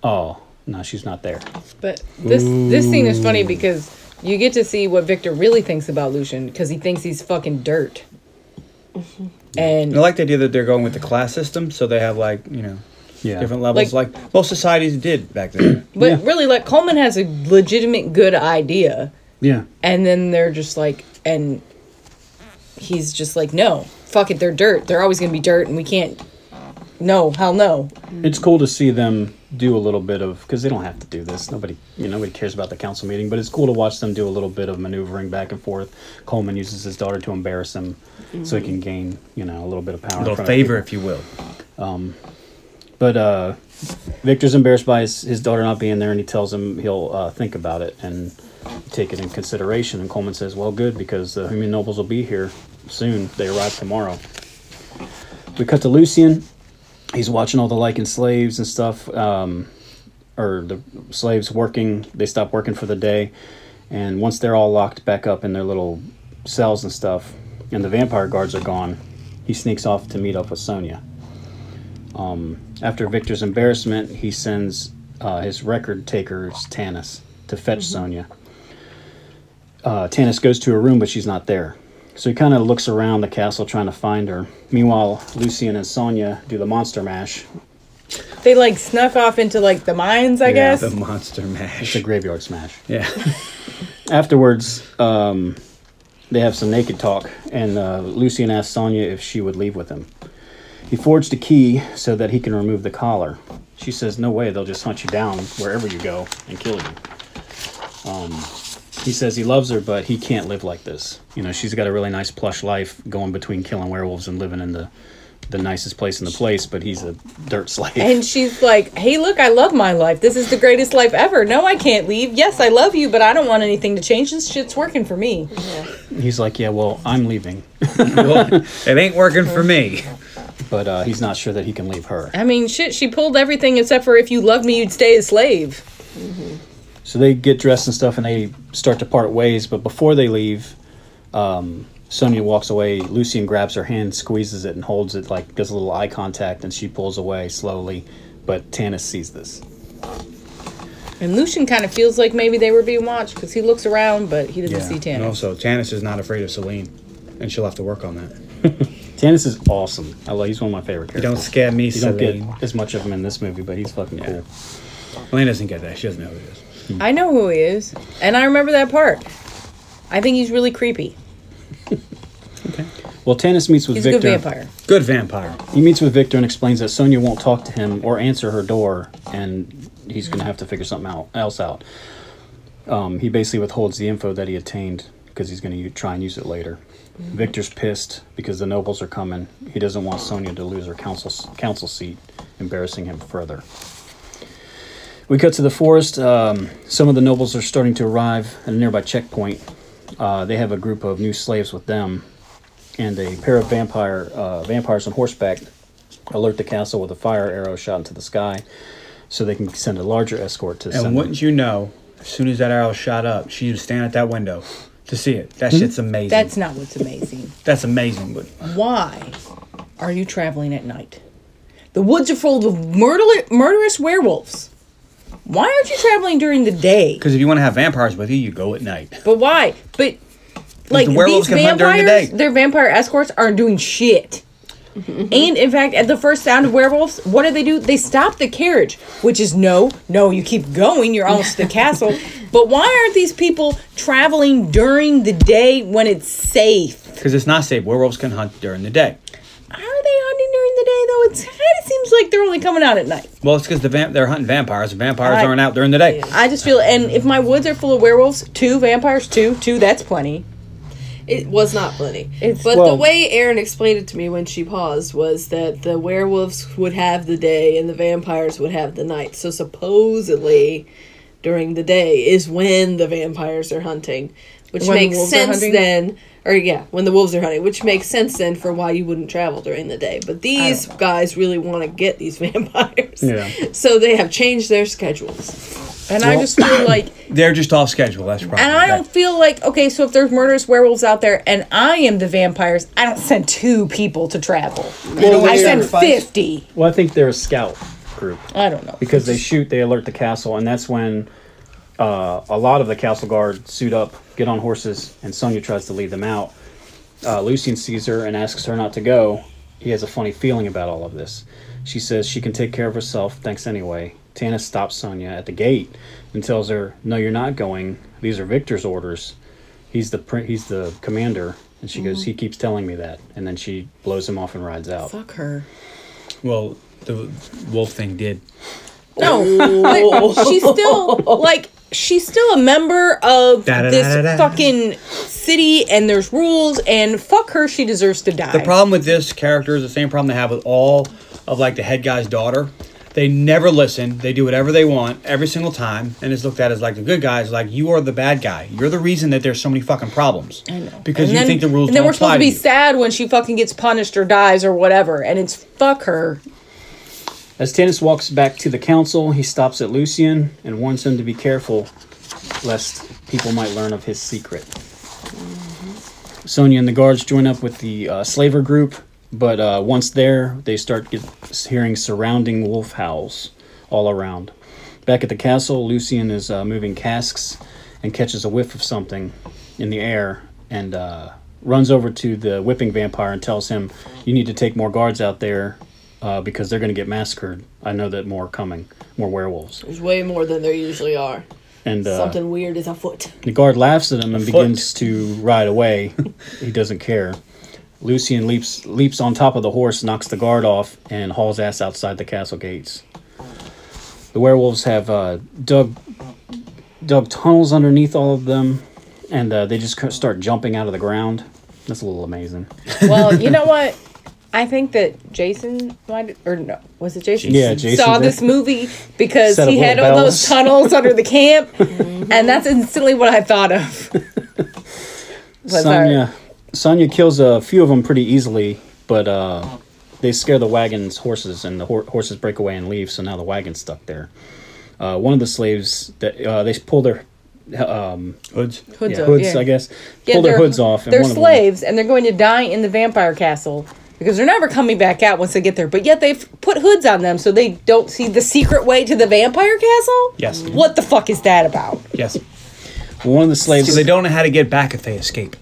D: Oh, no, she's not there.
B: But this this scene is funny because you get to see what Victor really thinks about Lucian because he thinks he's fucking dirt. And
E: And I
D: Oh,
E: like the idea that they're going with the class system, so they have like you know
D: Yeah.
E: different levels, like, most societies did back then.
B: but
D: yeah.
B: really, like Coleman has a legitimate good idea,
D: Yeah.
B: and then they're just like, and he's just like, no, fuck it, they're dirt. They're always gonna be dirt, and we can't. No, hell no.
D: It's cool to see them do a little bit of because they don't have to do this. Nobody, you know, nobody cares about the council meeting. But it's cool to watch them do a little bit of maneuvering back and forth. Coleman uses his daughter to embarrass him, so he can gain, you know, a little bit of
E: a
D: power. in
E: (clears throat) little
D: front of
E: favor, if you will.
D: people. But uh, Victor's embarrassed by his, his daughter not being there, and he tells him he'll uh, think about it and take it in consideration. And Coleman says, "Well, good, because the human nobles will be here soon. They arrive tomorrow." We cut to Lucian. He's watching all the Lycan slaves and stuff, um, or the slaves working. They stop working for the day, and once they're all locked back up in their little cells and stuff, and the vampire guards are gone, he sneaks off to meet up with Sonia. Um, after Victor's embarrassment, he sends uh, his record takers Tanis to fetch Sonia. Uh, Tanis goes to her room, but she's not there. So he kind of looks around the castle trying to find her. Meanwhile, Lucian and Sonia do the monster mash,
B: They like snuck off into like the mines, I
D: Yeah,
B: guess.
E: The Monster Mash.
D: the graveyard smash.
E: Yeah.
D: (laughs) Afterwards, um, they have some naked talk, and uh, Lucian asks Sonia if she would leave with him. He forged a key so that he can remove the collar. She says, No way, they'll just hunt you down wherever you go and kill you. Um, He says he loves her, but he can't live like this. You know, she's got a really nice plush life, going between killing werewolves and living in the the nicest place in the place. But he's a dirt slave.
B: And she's like, "Hey, look, I love my life. This is the greatest life ever. No, I can't leave. Yes, I love you, but I don't want anything to change. This shit's working for me."
D: he's like, yeah, well, I'm leaving, (laughs)
E: Well, (laughs) it ain't working for me.
D: but uh, he's not sure that he can leave her.
B: I mean, shit, she pulled everything except for if you loved me, you'd stay a slave.
D: So they get dressed and stuff, and they start to part ways. But before they leave, um, Sonia walks away. Lucian grabs her hand, squeezes it, and holds it like does a little eye contact, and she pulls away slowly. But Tanis sees this.
B: And Lucian kind of feels like maybe they were being watched because he looks around, but he doesn't see
E: And
B: Tanner.
E: also, Tannis is not afraid of Celine, and she'll have to work on that.
D: Tanis is awesome. I love. He's one of my favorite
E: You don't
D: characters.
E: scare me,
D: You don't
E: Celine.
D: get as much of him in this movie, but he's fucking cool.
E: Lane doesn't get that. She doesn't know who it is.
B: I know who he is, and I remember that part. I think he's really creepy.
D: Well, Tanis meets with
B: He's a
D: Victor.
B: good vampire.
E: Good vampire.
D: He meets with Victor and explains that Sonia won't talk to him or answer her door, and he's going to have to figure something out, else out. Um, he basically withholds the info that he obtained because he's going to try and use it later. Victor's pissed because the nobles are coming. He doesn't want Sonia to lose her council s- council seat, embarrassing him further. We cut to the forest. Um, some of the nobles are starting to arrive at a nearby checkpoint. Uh, they have a group of new slaves with them, and a pair of vampire uh, vampires on horseback alert the castle with a fire arrow shot into the sky, so they can send a larger escort to.
E: And
D: send
E: wouldn't you know, as soon as that arrow shot up, she would stand at that window to see it. That shit's amazing.
B: Hmm? That's not what's amazing.
E: That's amazing. But
B: Why are you traveling at night? The woods are full of murder- murderous werewolves. Why aren't you traveling during the day?
E: because if you want to have vampires with you, you go at night.
B: But why? But like
E: the werewolves
B: these
E: can hunt during the
B: vampires,
E: day.
B: their vampire escorts aren't doing shit. and in fact, at the first sound of werewolves, what do they do? They stop the carriage, which is no, no, you keep going, you're almost to the castle. But why aren't these people traveling during the day when it's safe?
E: Because it's not safe. Werewolves can hunt during the day.
B: How are they hunting during the day though? It's, it kind of seems like they're only coming out at night.
E: Well, it's because the vamp- they're hunting vampires. and Vampires
B: I-
E: aren't out during the day.
B: I just feel, and if my woods are full of werewolves, two vampires, two, two, that's plenty.
C: It was not plenty.
B: It's-
C: but
D: Well-
C: the way Erin explained it to me when she paused was that the werewolves would have the day and the vampires would have the night. So supposedly during the day is when the vampires are hunting, which
B: When the
C: makes
B: wolves are
C: sense
B: hunting?
C: then. Or yeah, when the wolves are hunting, which makes sense then for why you wouldn't travel during the day. But these guys really want to get these (laughs) vampires.
D: Yeah.
C: So they have changed their schedules.
B: And I just
E: (coughs)
B: feel like
E: They're just off schedule. That's probably.
B: And I don't
E: that-
B: feel like okay, so if there's murderous werewolves out there and I am the vampires, I don't send two people to travel. I send fifty.
D: Well, I think they're a scout group
B: I don't know.
D: because they shoot. They alert the castle, and that's when uh, a lot of the castle guard suit up, get on horses, and Sonya tries to lead them out. Uh, Lucian sees her and asks her not to go. He has a funny feeling about all of this. She says she can take care of herself. Thanks anyway. Tana stops Sonya at the gate and tells her, "No, you're not going. These are Victor's orders. He's the prin- he's the commander." And she goes, "He keeps telling me that." And then she blows him off and rides out.
B: Fuck her.
E: Well, the wolf thing did.
B: No, but she's
E: (laughs)
B: still like she's still a member of
E: Da-da-da-da-da.
B: this fucking city, and there's rules. And fuck her, she deserves to die.
E: The problem with this character is the same problem they have with all of like the head guy's daughter. They never listen. They do whatever they want every single time, and it's looked at as like the good guys. Like you are the bad guy. You're the reason that there's so many fucking problems. I know. Because you think the rules
B: and then
E: don't
B: we're supposed
E: apply
B: to be
E: you.
B: sad when she fucking gets punished or dies or whatever, and it's fuck her.
D: As Tanis walks back to the council, he stops at Lucian and warns him to be careful lest people might learn of his secret. Sonia and the guards join up with the uh, slaver group, but uh, once there, they start get, hearing surrounding wolf howls all around. Back at the castle, Lucian is uh, moving casks and catches a whiff of something in the air and uh, runs over to the whipping vampire and tells him, You need to take more guards out there uh, because they're going to get massacred. I know that more are coming, more werewolves.
C: There's way more than there usually are.
D: And uh,
C: Something weird is afoot.
D: the guard laughs at him and
E: foot.
D: begins to ride away. he doesn't care. Lucian leaps leaps on top of the horse, knocks the guard off, and hauls ass outside the castle gates. The werewolves have uh, dug dug tunnels underneath all of them and uh, they just co- start jumping out of the ground. That's a little amazing.
B: Well, you know what? I think that Jason might, or no, was it Jason?
D: Yeah, Jason
B: saw
D: did.
B: this movie because
D: Set up
B: he had
D: little
B: all those
D: bells.
B: tunnels under the camp, and that's instantly what I thought of. Was our-
D: Sonya, Sonya kills a few of them pretty easily, but uh, they scare the wagon's horses, and the hor- horses break away and leave. So now the wagon's stuck there. Uh, one of the slaves that uh, they pull their um,
E: Hoods.
B: hoods,
D: yeah,
B: up,
D: hoods,
B: yeah.
D: I guess,
B: Yeah,
D: pull their
B: they're-
D: hoods off.
B: They're
D: one of them-
B: slaves, and they're going to die in the vampire castle because they're never coming back out once they get there. But yet they've put hoods on them so they don't see the secret way to the vampire castle.
E: Yes.
B: What the fuck is that about?
E: Yes.
D: One, of the slaves.
E: So they don't know how to get back if they escape.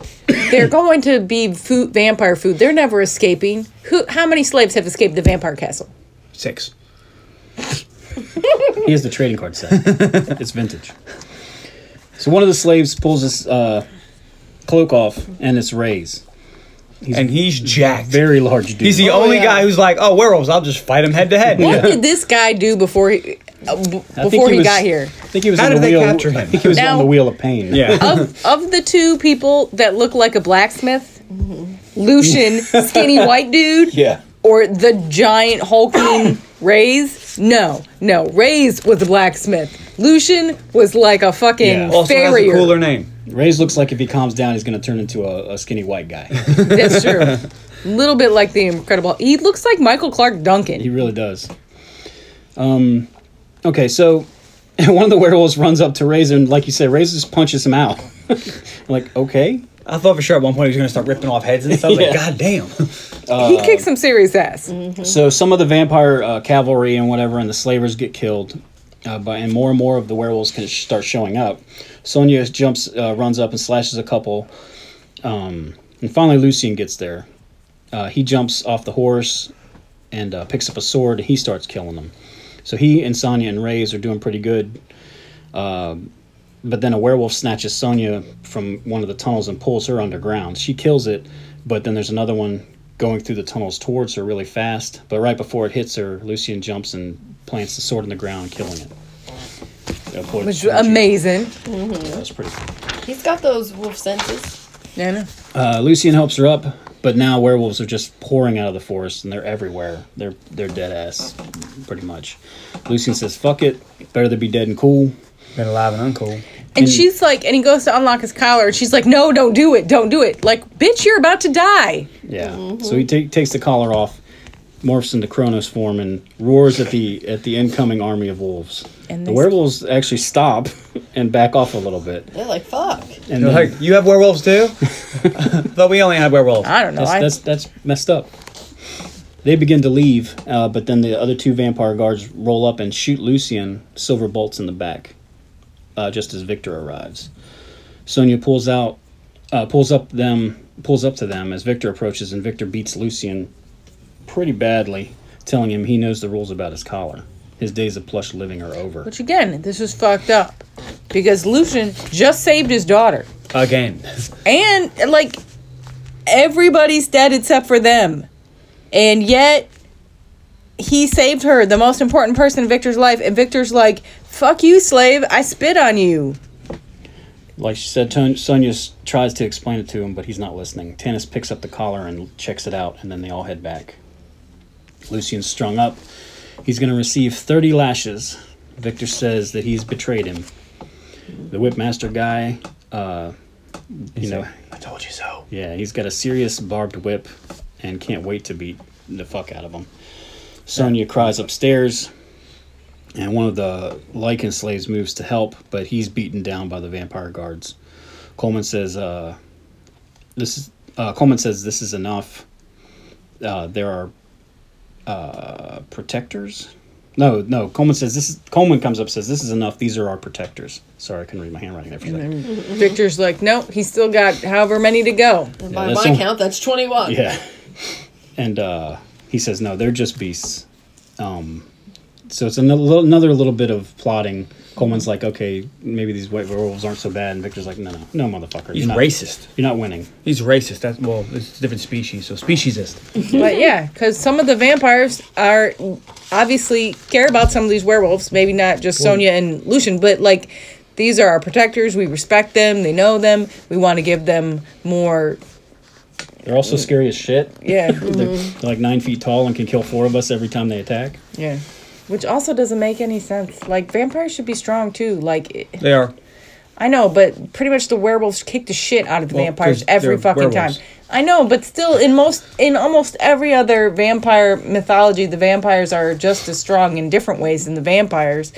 B: They're going to be food, vampire food. They're never escaping. Who? How many slaves have escaped the vampire castle?
E: Six.
D: He has the trading
E: (laughs)
D: card set. it's vintage. So one of the slaves pulls his uh, cloak off, and it's Ray's.
E: and he's jacked.
D: Very large dude.
E: he's the only guy who's like, oh, werewolves, I'll just fight him head to head.
B: What did this guy do before he uh, b-
D: I think
B: before he,
D: was-
B: got here?
D: I think he was
E: How
D: on
E: did
D: the
E: they
D: wheel.
E: capture him?
D: I think he was
B: Now-
D: on the wheel of pain.
E: Yeah.
B: Of of the two people that look like a blacksmith,
E: (laughs)
B: Lucian, skinny white dude,
D: Yeah.
B: or the giant hulking Rays? No, no. Rays was a blacksmith. Lucian was like a fucking
D: Yeah.
E: Also has a
B: farrier.
E: cooler name.
D: Ray's looks like if he calms down, he's going to turn into a, a skinny white guy.
E: (laughs)
B: That's true. A little bit like the Incredible. He looks like Michael Clark Duncan.
D: he really does. Um, okay, so (laughs) one of the werewolves runs up to Ray's, and like you said, Ray's just punches him out. (laughs) like, okay.
E: I thought for sure at one point he was going to start ripping off heads and stuff.
D: Yeah.
E: Like, God damn.
B: he kicks some serious ass.
D: So some of the vampire uh, cavalry and whatever, and the slavers get killed, uh, but and more and more of the werewolves can sh- start showing up. Sonya jumps, uh, runs up, and slashes a couple, um, and finally Lucian gets there. Uh, he jumps off the horse and uh, picks up a sword, and he starts killing them. So he and Sonya and Ray's are doing pretty good. Um, but then a werewolf snatches Sonya from one of the tunnels and pulls her underground. She kills it, but then there's another one going through the tunnels towards her really fast. But right before it hits her, Lucian jumps and plants the sword in the ground, killing it. Yeah, boy,
B: Which
D: yeah,
B: was amazing.
D: That was pretty. cool.
C: He's got those wolf senses.
B: Yeah, I know.
D: Uh, Lucian helps her up, but now werewolves are just pouring out of the forest and they're everywhere. They're they're dead ass, pretty much. Lucian says, "Fuck it, better to be dead and cool."
E: (laughs) Been alive and uncool.
B: And she's like, and he goes to unlock his collar, and she's like, no, don't do it, don't do it. Like, bitch, you're about to die.
D: Yeah.
B: Mm-hmm.
D: So he ta- takes the collar off, morphs into Kronos form, and roars at the at the incoming army of wolves.
B: And
D: the
B: they-
D: werewolves actually stop (laughs) and back off a little bit.
C: They're like, fuck.
D: And
E: They're
D: then-
E: like, you have werewolves (laughs) too? Thought we only had werewolves.
B: I don't know.
D: that's,
B: I,
D: that's that's messed up. They begin to leave, uh, but then the other two vampire guards roll up and shoot Lucian silver bolts in the back, uh, just as Victor arrives. Sonia pulls out, uh, pulls up them, pulls up to them as Victor approaches, and Victor beats Lucian pretty badly, telling him he knows the rules about his collar. His days of plush living are over.
B: which again, this is fucked up because Lucian just saved his daughter,
E: Again.
B: and like everybody's dead except for them, and yet he saved her, the most important person in Victor's life, and Victor's like, fuck you, slave, I spit on you.
D: Like she said, Ton- Sonia s- tries to explain it to him, but he's not listening. Tannis picks up the collar and checks it out, and then they all head back. Lucian's strung up. He's going to receive 30 lashes. Victor says that he's betrayed him. The whipmaster guy, uh, you know,
E: I told you so.
D: yeah, he's got a serious barbed whip and can't wait to beat the fuck out of him. Sonia cries upstairs, and one of the Lycan slaves moves to help, but he's beaten down by the vampire guards. Coleman says, uh, "This is." Uh, Coleman says, "This is enough." Uh, there are uh, protectors. No, no. Coleman says, "This is." Coleman comes up, says, "This is enough. These are our protectors." Sorry, I couldn't read my handwriting there for a second.
B: Victor's like, nope, he's still got however many to go.
C: And by
D: that's
C: my
D: some-
C: count, that's 21.
D: Yeah. And uh, he says, no, they're just beasts. Um, so it's another little, another little bit of plotting. Coleman's like, okay, maybe these white werewolves aren't so bad. And Victor's like, no, no, no, motherfucker.
E: He's
D: you're not-
E: racist.
D: You're not winning.
E: He's racist. That's well, it's a different species, so speciesist.
B: But yeah, because some of the vampires are obviously care about some of these werewolves. Maybe not just Sonia and Lucian, but like these are our protectors. We respect them. They know them. We want to give them more.
D: They're also
E: Mm-hmm.
D: scary as shit.
B: Yeah.
D: They're, they're like nine feet tall and can kill four of us every time they attack.
B: Yeah. Which also doesn't make any sense. Like vampires should be strong too. Like it-
E: They are.
B: I know, but pretty much the werewolves kick the shit out of the
E: Well,
B: vampires
E: 'cause
B: every
E: they're
B: fucking
E: werewolves.
B: time. I know, but still in most in almost every other vampire mythology, the vampires are just as strong in different ways than the vampires.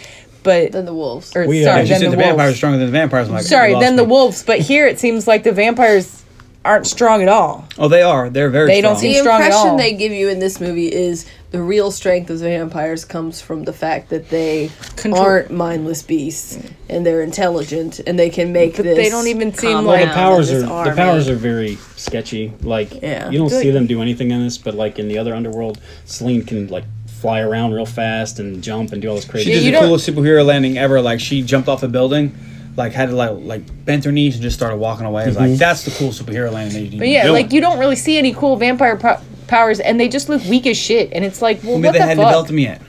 B: But
F: Than the wolves.
B: or
D: We, uh,
B: sorry,
E: If you
B: then
E: said
B: the,
E: the,
B: wolves.
E: vampires are stronger than the vampires. I'm like,
B: sorry,
E: you
B: then
E: lost
B: the
E: me.
B: wolves. But here it seems like the vampires aren't strong at all.
E: Oh, they are. They're very.
B: They don't seem
E: strong.
F: the
B: strong at all.
F: impression
C: they give you in this movie is the real strength of the vampires comes from the fact that they
B: Control-
C: aren't mindless beasts and they're intelligent and they can make
B: But
C: this.
B: they don't even seem
C: compound.
B: like
D: The powers
C: this
D: are the
C: army.
D: powers are very sketchy. Like
C: Yeah.
D: you don't
B: Good.
D: see them do anything in this, but like in the other underworld, Celine can like fly around real fast and jump and do all this crazy.
E: She
D: shit.
E: did
B: you
E: the
B: don't-
E: coolest superhero landing ever. Like she jumped off a building, like had to like like bent her knees and just started walking away. It's Like that's the cool superhero landing. That you
B: Mm-hmm. But yeah,
E: do.
B: like you don't really see any cool vampire po- powers, and they just look weak as shit. And it's like, well,
E: I mean,
B: what
E: they
B: the
E: hadn't
B: fuck?
E: developed them yet.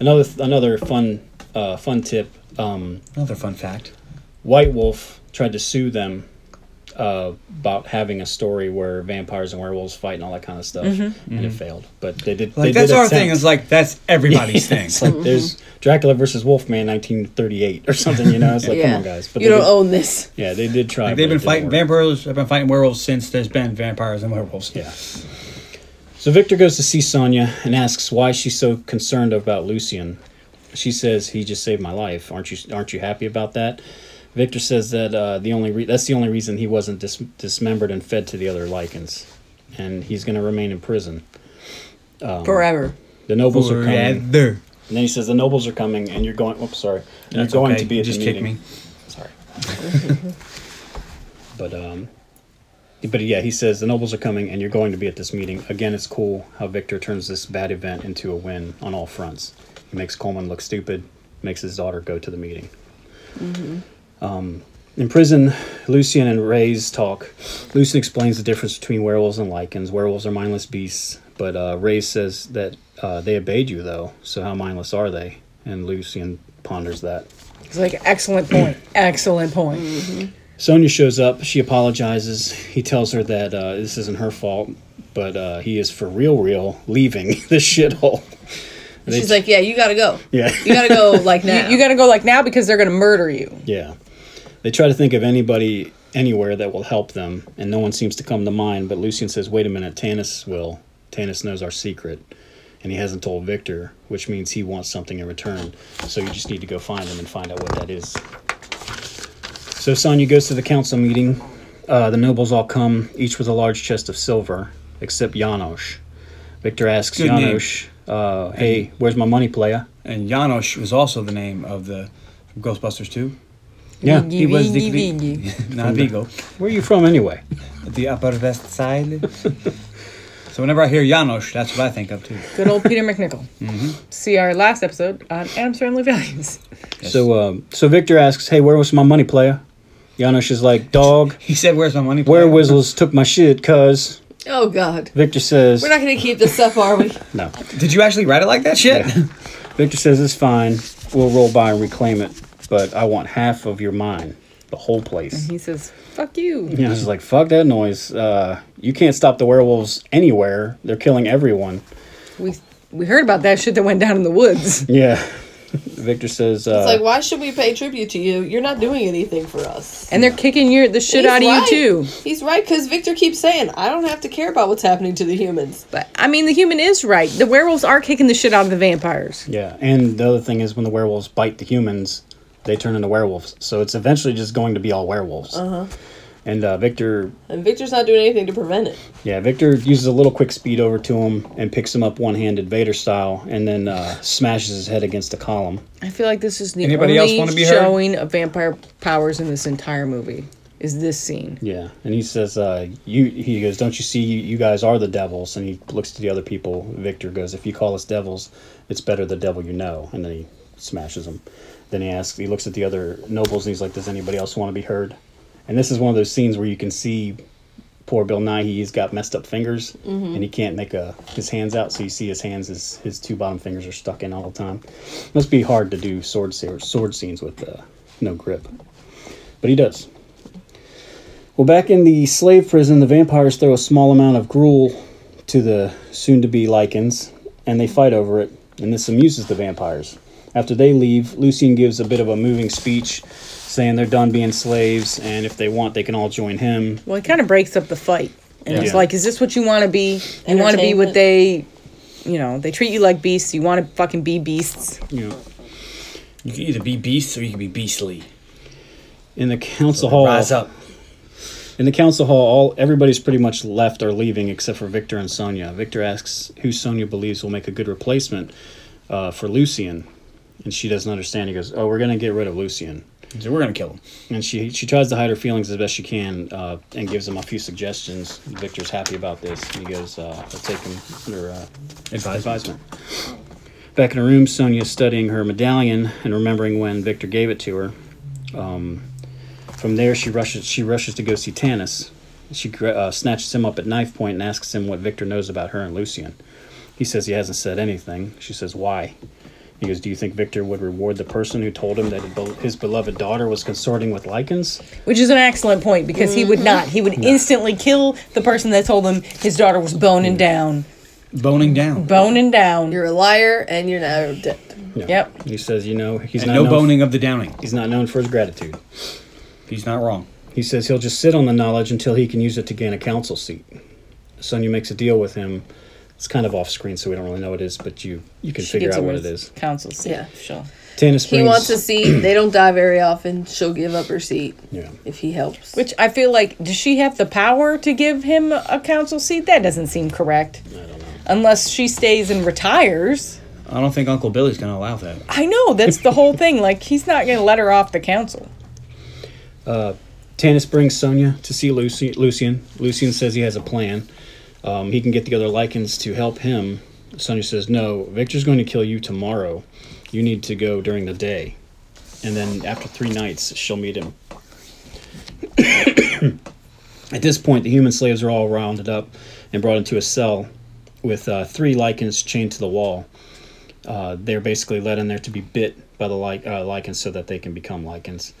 D: Another another fun uh, fun tip. Um,
E: Another fun fact.
D: White Wolf tried to sue them uh, about having a story where vampires and werewolves fight and all that kind of stuff,
C: Mm-hmm.
D: and it failed. But they did.
E: Mm-hmm. Like
D: they
E: that's
D: did
E: our thing.
D: attempt-
E: It's like that's (laughs) everybody's thing.
D: It's like there's Dracula versus Wolfman, 1938 or something. You know,
C: (laughs)
D: it's like come on, guys.
C: you
D: they
C: don't
D: did-
C: own this.
D: Yeah, they did try.
E: Like, they've
D: but it
E: been
D: didn't
E: fighting
D: work.
E: vampires. Have been fighting werewolves since there's been vampires and werewolves.
D: Yeah. So Victor goes to see Sonya and asks why she's so concerned about Lucian. She says he just saved my life. Aren't you aren't you happy about that? Victor says that uh, the only re- that's the only reason he wasn't dis- dismembered and fed to the other lycans, and he's going to remain in prison. Um,
C: Forever.
D: The nobles are coming, and
E: Forever.
D: then he says the nobles are coming, and you're going. Oops, sorry. And you're going
E: okay.
D: to be
E: You
D: at
E: just
D: the
E: kicked
D: meeting.
E: me.
D: Sorry. (laughs) but um, but yeah, he says the nobles are coming, and you're going to be at this meeting again. It's cool how Victor turns this bad event into a win on all fronts. He makes Coleman look stupid, makes his daughter go to the meeting. Um, in prison, Lucian and Ray's talk. Lucian explains the difference between werewolves and lycans. Werewolves are mindless beasts, but uh, Ray says that uh, they obeyed you though. So how mindless are they? And Lucian ponders that.
B: It's like excellent point, excellent point.
D: Sonia shows up. She apologizes. He tells her that uh, this isn't her fault, but uh, he is for real, real leaving (laughs) the shithole. They-
C: She's like, yeah, you gotta go.
D: yeah,
C: You gotta
D: (laughs)
C: go like now.
B: You gotta go like now because they're gonna murder you.
D: yeah. They try to think of anybody anywhere that will help them, and no one seems to come to mind. But Lucian says, "Wait a minute, Tanis will. Tanis knows our secret, and he hasn't told Victor, which means he wants something in return. So you just need to go find him and find out what that is." So Sonya goes to the council meeting. Uh, the nobles all come, each with a large chest of silver, except Janosch. Victor asks
E: Good name.
D: Janosch, uh, "Hey, where's my money, playa?"
E: And Janosch was also the name of the Ghostbusters 2.
D: Yeah,
E: He was the
B: Vingy,
E: (laughs) not Vigo,
D: where are you from anyway?
E: the Upper West Side. so whenever I hear Janosch, that's what I think of too.
B: Good old Peter McNichol.
E: Mm-hmm.
B: See our last episode on Adam's Family Values. (laughs)
D: So, um, so Victor asks, "Hey, where was my money, playa?" Janosch is like, "Dog,
E: He said, "Where's my money?"
D: where
E: player?"
D: whistles took my shit?" Cause
C: oh God.
D: Victor says,
C: We're not gonna keep this up, are we?
D: "No."
E: Did you actually write it like that? Shit.
D: Victor says, "It's fine. We'll roll by and reclaim it, but I want half of your mine, the whole place."
C: Mm-hmm.
B: He says, "Fuck you."
D: You know, it's like, fuck that noise. Uh, you can't stop the werewolves anywhere. They're killing everyone.
B: We we heard about that shit that went down in the woods.
D: Yeah. (laughs) Victor says, uh,
C: It's like, why should we pay tribute to you? You're not doing anything for us.
B: And they're kicking your the shit
C: He's
B: out of
C: right.
B: you too.
C: He's right because Victor keeps saying, I don't have to care about what's happening to the humans.
B: But I mean, the human is right. The werewolves are kicking the shit out of the vampires.
D: yeah. And the other thing is, when the werewolves bite the humans, they turn into werewolves. So it's eventually just going to be all werewolves. Uh-huh. And uh, Victor,
C: And Victor's not doing anything to prevent it.
D: yeah, Victor uses a little quick speed over to him and picks him up one handed Vader style and then uh, smashes his head against a column.
B: I feel like this is the
E: Anybody else
B: only
E: wanna be heard?
B: showing of vampire powers in this entire movie. Is this scene?
D: Yeah, and he says, uh, "You." He goes, "Don't you see? You, you guys are the devils." And he looks to the other people. Victor goes, "If you call us devils, it's better the devil you know." And then he smashes him. Then he asks. He looks at the other nobles and he's like, "Does anybody else want to be heard?" And this is one of those scenes where you can see poor Bill Nye. He's got messed up fingers and he can't make a, his hands out. So you see his hands. His his two bottom fingers are stuck in all the time. Must be hard to do sword se- sword scenes with uh, no grip. But he does. Well, back in the slave prison, the vampires throw a small amount of gruel to the soon to be lichens, and they fight over it, and this amuses the vampires. After they leave, Lucian gives a bit of a moving speech saying they're done being slaves, and if they want, they can all join him.
B: Well, it kind of breaks up the fight. And it's
D: Yeah.
B: like, is this what you want to be? You want to be what
C: Entertainment.
B: they, you know, they treat you like beasts. You want to fucking be beasts.
D: You know,
E: (laughs) You can either be beasts or you can be beastly.
D: in the council hall.
E: Rise up.
D: In the council hall, all everybody's pretty much left or leaving except for Victor and Sonia. Victor asks who Sonia believes will make a good replacement uh, for Lucian, and she doesn't understand. He goes, "Oh, we're gonna get rid of Lucian,"
E: So we're gonna kill him.
D: and she she tries to hide her feelings as best she can, uh, and gives him a few suggestions. Victor's happy about this, and he goes, uh, "I'll take him under uh,
E: Advisement.
D: advisement." Back in her room, Sonia's studying her medallion and remembering when Victor gave it to her. Um, From there, she rushes. She rushes to go see Tanis. She gra- uh, snatches him up at knife point and asks him what Victor knows about her and Lucian. He says he hasn't said anything. She says, "Why?" He goes, "Do you think Victor would reward the person who told him that his bel- his beloved daughter was consorting with Lycans?"
B: Which is an excellent point because he would not. He would instantly kill the person that told him his daughter was boning down.
E: Boning down.
B: Boning down.
C: You're a liar and you're now dead.
B: Yep.
D: He says, "You know, he's
E: and
D: not
E: no
D: known-
E: boning of the downing.
D: He's not known for his gratitude."
E: He's not wrong.
D: He says he'll just sit on the knowledge until he can use it to gain a council seat. Sonya makes a deal with him. It's kind of off screen, so we don't really know what it is, but you you can figure out what it is.
B: Council seat.
C: Yeah.
B: Sure.
D: Tanis
C: He
D: brings-
C: wants a seat. (clears throat) they don't die very often. She'll give up her seat
D: Yeah.
C: if he helps.
B: Which I feel like, does she have the power to give him a council seat? That doesn't seem correct. I don't know. Unless she stays and retires.
E: I don't think Uncle Billy's gonna allow that.
B: I know, that's the whole thing. Like, he's not going to let her off the council.
D: Tanis brings Sonia to see Lucy, Lucian. Lucian says he has a plan. Um, he can get the other Lycans to help him. Sonia says, No, Victor's going to kill you tomorrow. You need to go during the day. And then after three nights, she'll meet him. (coughs) At this point, the human slaves are all rounded up and brought into a cell with uh, three Lycans chained to the wall. Uh, they're basically let in there to be bit by the ly- uh, Lycans so that they can become Lycans.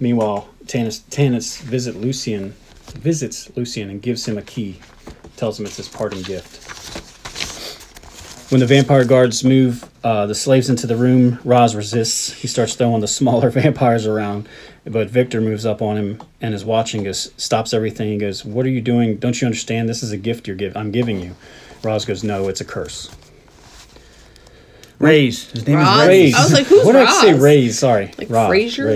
D: Meanwhile, Tanis Tanis visit Lucian, visits Lucian and gives him a key. Tells him it's his parting gift. When the vampire guards move uh, the slaves into the room, Roz resists. He starts throwing the (laughs) smaller vampires around, but Victor moves up on him and is watching. Goes stops everything. He goes, "What are you doing? Don't you understand? This is a gift you're give- I'm giving you." Roz goes, "No, it's a curse."
E: Raise. His name
C: Roz?
E: is Raise.
C: I was like, who's
D: what did I say?
C: Roz?
D: Raise. Sorry, like
C: Frasier?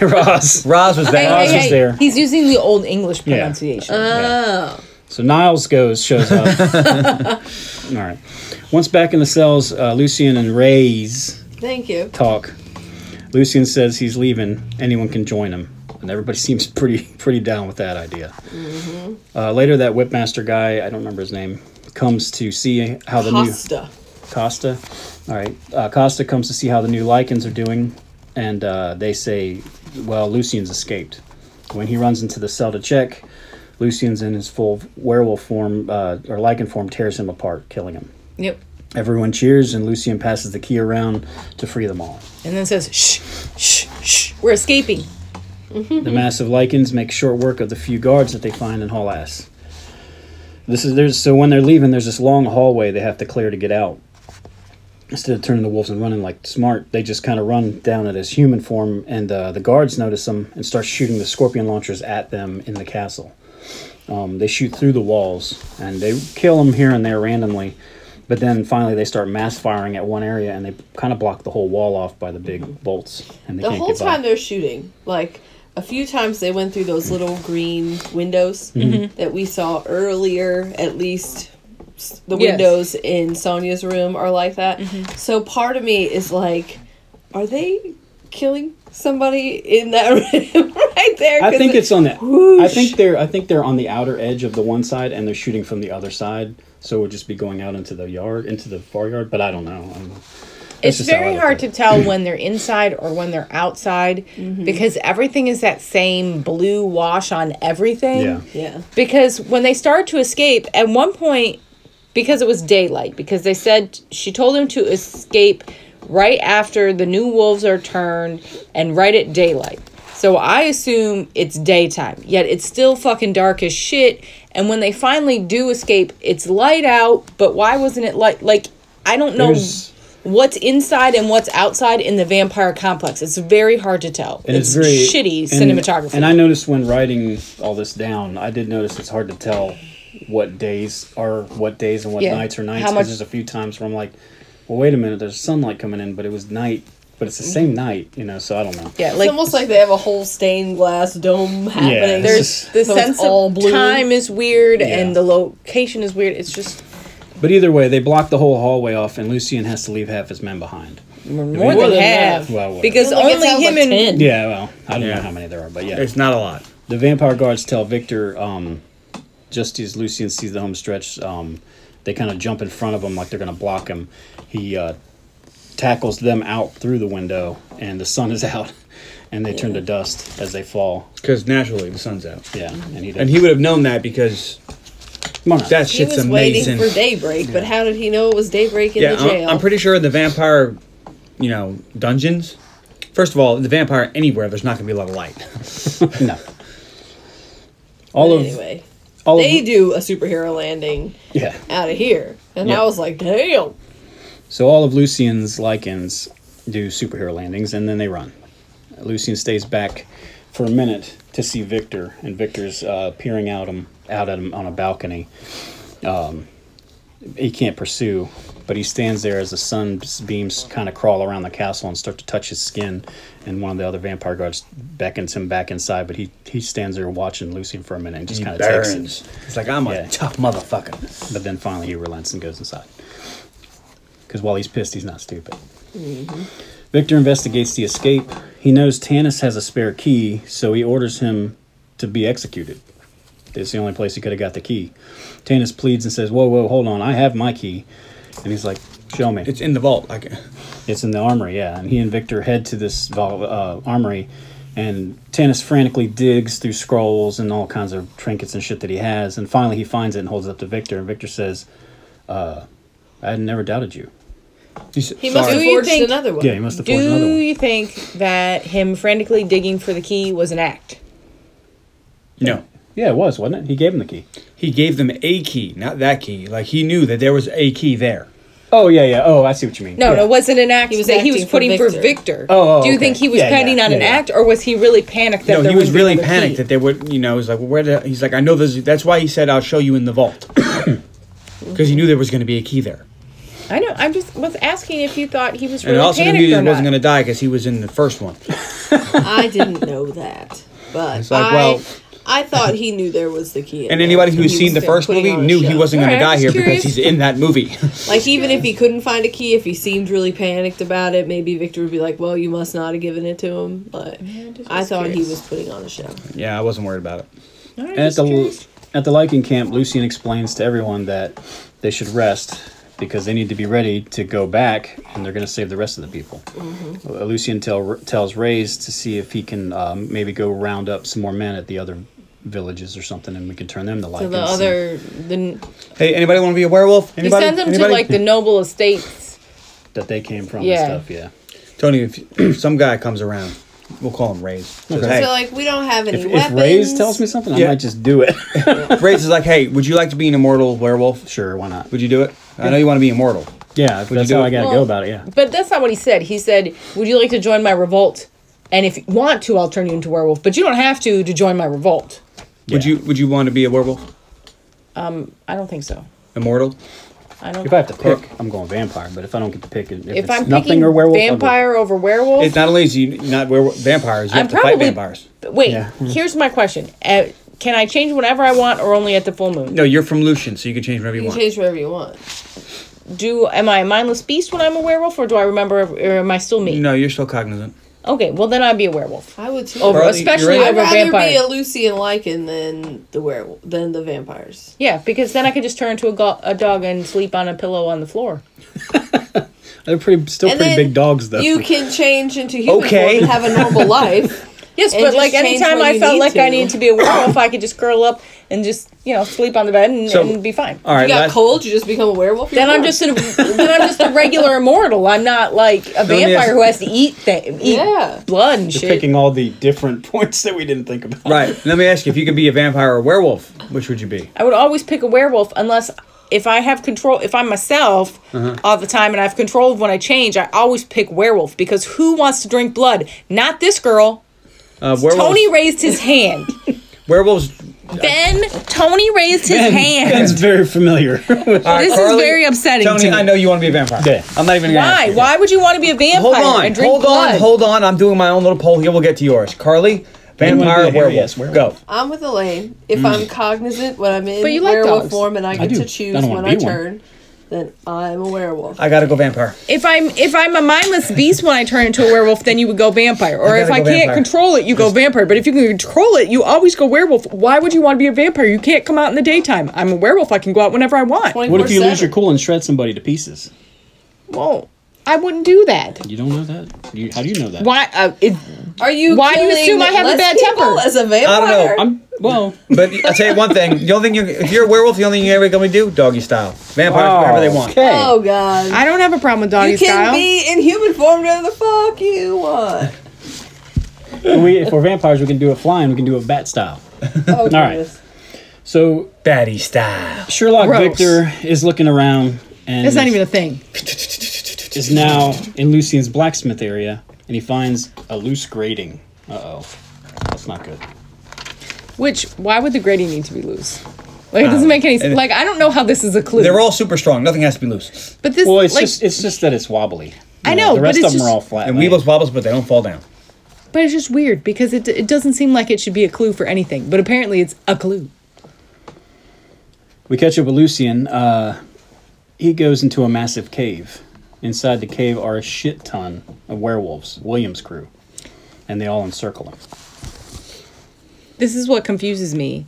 C: (laughs)
D: (laughs) Roz.
E: Roz was that.
D: Roz was there.
B: He's using the old English
D: Yeah.
B: pronunciation.
C: Uh,
D: Yeah. So Niles goes, shows up. (laughs) All right. Once back in the cells, uh, Lucian and Ray's
C: Thank you.
D: talk. Lucian says he's leaving. Anyone can join him, and everybody (laughs) seems pretty pretty down with that idea. Uh, later, that whipmaster guy, I don't remember his name, comes to see how the new
C: Costa.
D: Costa. All right. Uh, Costa comes to see how the new Lycans are doing, and uh, they say, well, Lucian's escaped. When he runs into the cell to check, Lucian's in his full werewolf form, uh, or Lycan form, tears him apart, killing him.
B: Yep.
D: Everyone cheers, and Lucian passes the key around to free them all.
B: And then says, shh, shh, shh, we're escaping.
D: The
C: Mm-hmm.
D: massive lichens make short work of the few guards that they find in Hall Ass. This is there's so when they're leaving, there's this long hallway they have to clear to get out. Instead of turning the wolves and running like smart, they just kind of run down at his human form, and uh, the guards notice them and start shooting the scorpion launchers at them in the castle. Um, they shoot through the walls and they kill them here and there randomly, but then finally they start mass firing at one area and they kind of block the whole wall off by the big bolts. And
C: Mm-hmm.
D: they
C: The
D: can't
C: whole
D: get by.
C: time they're shooting, like a few times they went through those little green windows
D: Mm-hmm.
C: that we saw earlier, at least s- the
B: Yes.
C: windows in Sonia's room are like that. So part of me is like, are they killing somebody in that (laughs) room right there?
D: I
C: 'Cause
D: think
C: it-
D: it's on the. I
C: Whoosh.
D: think they're. I think they're on the outer edge of the one side, and they're shooting from the other side. So we'll just be going out into the yard, into the far yard. But I don't know. I'm,
B: It's
D: just how I
B: very
D: look
B: hard
D: at
B: to
D: it.
B: tell when they're inside or when they're outside because everything is that same blue wash on everything.
D: Yeah.
C: yeah.
B: Because when they start to escape, at one point, because it was daylight, because they said she told him to escape right after the new wolves are turned and right at daylight. So I assume it's daytime, yet it's still fucking dark as shit. And when they finally do escape, it's light out, but why wasn't it light? Like, I don't know
D: There's-
B: what's inside and what's outside in the vampire complex. It's very hard to tell.
D: And
B: it's shitty
D: and-
B: cinematography.
D: And I noticed when writing all this down, I did notice it's hard to tell what days are what days and what
B: Yeah.
D: nights are
B: How
D: nights. Because
B: much-
D: there's a few times where I'm like, well, wait a minute, there's sunlight coming in, but it was night, but it's the same night, you know. So I don't know.
B: Mm-hmm. yeah,
C: it's
B: like
C: almost like they have a whole stained glass dome happening.
D: it's
B: there's
D: just-
B: the
C: So it's
B: sense
C: all
B: of
C: blue.
B: time is weird
D: Yeah.
B: and the location is weird. It's just
D: But either way, they block the whole hallway off, and Lucien has to leave half his men behind.
B: more than
C: than
B: half
D: half. Well, whatever.
B: because
C: I think it
B: only
C: sounds
B: him
C: like
B: and
C: 10.
D: Yeah, well, I don't
E: Yeah.
D: know how many there are, but yeah,
E: It's not a lot.
D: The vampire guards tell Victor, um, just as Lucien sees the home stretch, um, they kind of jump in front of him like they're going to block him. He uh, tackles them out through the window, and the sun is (laughs) out, and they turn to dust as they fall.
E: Because naturally, the sun's out.
D: Yeah, and he
E: And he would have known that because
D: come on, out.
E: that
C: He
E: shit's
C: was
E: amazing.
C: waiting for daybreak, but how did he know it was daybreak in
E: yeah,
C: the jail?
E: I'm, I'm pretty sure in the vampire, you know, dungeons. First of all, the vampire anywhere, there's not going to be a lot of light.
D: no. All of
C: Anyway,
D: all of
C: they do a superhero landing
D: yeah.
C: out of here, and
D: Yeah.
C: I was like, damn.
D: So all of Lucian's lichens do superhero landings, and then they run. Lucien stays back for a minute to see Victor, and Victor's uh, peering out him out at him on a balcony. Um, he can't pursue, but he stands there as the sun's beams kind of crawl around the castle and start to touch his skin. And one of the other vampire guards beckons him back inside, but he he stands there watching Lucien for a minute and just kind of takes it.
E: It's like I'm
D: Yeah.
E: a tough motherfucker.
D: But then finally he relents and goes inside. Because while he's pissed, he's not stupid. Victor investigates the escape. He knows Tanis has a spare key, so he orders him to be executed. It's the only place he could have got the key. Tanis pleads and says, Whoa, whoa, hold on, I have my key. And he's like, Show me.
E: It's in the vault. Like,
D: It's in the armory, yeah. And he and Victor head to this vol- uh, armory, and Tanis frantically digs through scrolls and all kinds of trinkets and shit that he has. And finally, he finds it and holds it up to Victor. And Victor says, uh, "I had never doubted you."
C: He must have
B: Do you
C: forged
B: think-
C: another one.
D: Yeah, he must have forged another
B: Do
D: one.
B: you think that him frantically digging for the key was an act?
E: no.
D: Yeah, it was, wasn't it? He gave him the key.
E: He gave them a key, not that key. Like he knew that there was a key there.
D: Oh yeah, yeah. Oh, I see what you mean.
B: No,
D: yeah.
B: no, it wasn't an act. He
C: was
B: was that he
C: acting
B: was
C: for
B: putting for
C: Victor.
B: Victor.
D: Oh, oh,
B: do you
D: okay.
B: think he was
D: Yeah, yeah,
B: petting on
D: yeah,
B: an
D: yeah.
B: act, or was he really panicked that
E: No,
B: there
E: he was
B: wouldn't be
E: really
B: another
E: panicked
B: key?
E: that they would. You know, he's like, well, where? The, he's like, I know there's. That's why he said, "I'll show you in the vault," (coughs) because he knew there was going to be a key there,
B: I know. I'm just was asking if you thought he was
E: and
B: really
E: also knew
B: panicked
E: he
B: or not.
E: wasn't going to die because he was in the first one.
C: I didn't know that, but
E: It's like,
C: I,
E: well-
C: I thought he knew there was the key. in
E: And
C: there,
E: anybody
C: so
E: who's
C: he
E: seen
C: was
E: the first
C: putting
E: movie
C: on a
E: knew
C: show.
E: he wasn't going
B: Alright,
E: to
B: I'm
E: die
B: just
E: here
B: curious.
E: because he's in that movie.
C: Like even if he couldn't find a key, if he seemed really panicked about it, maybe Victor would be like, "Well, you must not have given it to him." But I thought
B: curious.
C: he was putting on a show.
E: yeah, I wasn't worried about it.
B: I'm
D: And at
B: just
D: the
B: curious.
D: at the Lycan camp, Lucien explains to everyone that they should rest because they need to be ready to go back, and they're going to save the rest of the people.
B: Mm-hmm.
D: Uh, Lucien tell, tells Rays to see if he can um, maybe go round up some more men at the other villages or something, and we can turn them to Lycans.
B: the other the
E: Hey, anybody want to be a werewolf?
B: he
E: Anybody?
B: sends them to
E: Anybody?
B: like the noble estates.
D: that they came from
B: Yeah.
D: and stuff. Yeah.
E: Tony. If, if (clears throat) some guy comes around, we'll call him Ray's. Says,
D: Okay.
C: So
E: hey,
C: like we don't have any
D: If, if
C: weapons.
D: Rays tells me something,
E: Yeah.
D: I might just do
E: (laughs)
D: it. (laughs)
E: Ray's is like, hey, would you like to be an immortal werewolf?
D: sure, why not?
E: Would you do it? I know you want to be immortal.
D: Yeah,
E: you
D: that's
E: do
D: how
E: it?
D: I got to go
B: Well-
D: about it. Yeah.
B: But that's not what he said. He said, "Would you like to join my revolt? And if you want to, I'll turn you into werewolf. But you don't have to to join my revolt."
E: Would
D: Yeah.
E: you Would you want to be a werewolf?
B: I don't think so.
E: Immortal?
B: I don't.
D: If I have to pick, I'm going vampire. But if I don't get to pick, if,
B: if
D: it's
B: I'm
D: nothing
B: picking
D: or werewolf, I'll go-
B: vampire over werewolf,
E: It's not only is you not werewolf, vampires. You
B: I'm
E: have to fight
B: probably-
E: vampires.
B: But Wait,
D: Yeah. (laughs)
B: here's my question: uh, Can I change whenever I want, or only at the full moon?
E: No, you're from Lucian, so you can change whatever you,
C: You can
E: want.
C: change wherever you want.
B: Do am I a mindless beast when I'm a werewolf, or do I remember, or am I still me?
E: No, you're still cognizant.
B: Okay, well then I'd be a werewolf.
C: I would too.
B: Over,
E: Or
B: especially
E: you're
C: I'd
B: over
C: rather
B: vampire.
C: be a Lucian Lycan than the werewolf than the vampires.
B: yeah, because then I could just turn into a, go- a dog and sleep on a pillow on the floor.
D: They're pretty, still
C: And then
D: pretty big dogs though.
C: You can change into human
E: Okay.
D: (laughs)
C: form and have a normal life.
B: Yes,
G: And
B: (laughs) but
G: just
B: like
G: change
B: anytime
G: when
B: I
G: you
B: felt
G: need
B: like I
G: to.
B: needed to be a werewolf, I could just curl up and just you know sleep on the bed and,
H: So-
B: and be fine.
H: All
C: You
H: right,
C: got
H: last-
C: cold, you just become a werewolf. you're
B: Then I'm
C: born.
B: just a, then I'm just a regular immortal. I'm not like a
H: me ask-
B: vampire who has to eat th- eat
C: Yeah.
B: blood and shit.
D: Picking all the different (laughs) points that we didn't think about.
E: Right. Let me ask you: If you could be a vampire or a werewolf, which would you be?
B: I would always pick a werewolf unless if I have control, if I'm myself
H: Uh-huh.
B: all the time and I have control of when I change, I always pick werewolf because who wants to drink blood? Not this girl.
E: Uh, werewolves.
B: Tony raised
H: (laughs)
B: his hand.
E: Werewolves.
B: ben, Tony raised his hand.
D: That's very
B: (laughs)
D: familiar.
B: This is
E: Carly,
B: very upsetting
E: Tony,
B: to me.
E: I know you want to be a vampire.
D: Yeah.
E: I'm not even. Gonna ask
B: Why?
E: you.
B: Why would you want to be a vampire
E: Hold on.
B: and drink
E: Hold
B: blood?
E: on. Hold on. I'm doing my own little poll here. We'll get to yours, Carly.
D: Anyone
E: Vampire,
D: be a hairy
E: werewolf.
D: ass werewolf?
E: Go.
C: I'm with Elaine. If I'm cognizant when I'm in
B: But you like
C: werewolf
B: dogs.
C: form and I get
D: do.
C: to
D: Mm. I
C: choose
D: don't
C: when
D: wanna
C: I
D: be one.
C: turn, then I'm a werewolf.
E: I gotta go vampire.
B: if I'm if I'm a mindless beast when I turn into a werewolf, then you would go vampire. Or
E: You
B: if
E: gotta
B: I
E: go
B: can't
E: vampire.
B: control it, you go vampire. But if you can control it, you always go werewolf. Why would you want to be a vampire? You can't come out in the daytime. I'm a werewolf. I can go out whenever I want.
D: what if you lose your
C: 24/7.
D: cool and shred somebody to pieces?
B: Well, I wouldn't do that.
D: You don't know that? You, how do you know that?
B: Why? Uh, it,
C: Are you?
B: Why do you
C: killing
B: assume I have a
C: less
B: bad
C: people
B: temper?
C: as a vampire?
E: I don't know.
D: I'm Um,
B: (laughs)
D: well.
E: But I'll tell you one thing. The only thing you, if you're a werewolf, the only thing you're ever gonna do, doggy style. Vampires, whatever they want.
D: Okay.
C: Oh god.
B: I don't have a problem with doggy
C: you can
B: style.
C: be in human form whatever the fuck you
D: (laughs)
C: want.
D: we, if we're vampires, we can do it flying. We can do it bat style.
C: Oh,
D: All right.
C: goodness.
D: So
E: Batty style.
D: Sherlock
B: Gross.
D: Victor is looking around and
B: That's not even a thing.
D: is now in Lucian's blacksmith area, and he finds a loose grating. Uh oh, that's not good.
B: Which why would the grading need to be loose? Like it doesn't make any sense. Like I don't know how this is a clue.
E: Um, They're all super strong. Nothing has to be loose.
B: but this
D: Well, it's
B: like,
D: just it's just that it's wobbly. You
B: I know,
D: the
B: but
D: rest
B: it's
D: of them
B: just-
D: are all flat.
E: And
D: laying.
E: Weebles wobbles, but they don't fall down.
B: but it's just weird because it it doesn't seem like it should be a clue for anything. But apparently it's a clue.
D: We catch up with Lucian. Uh, he goes into a massive cave. Inside the cave are a shit ton of werewolves, William's crew, and they all encircle him.
B: This is what confuses me.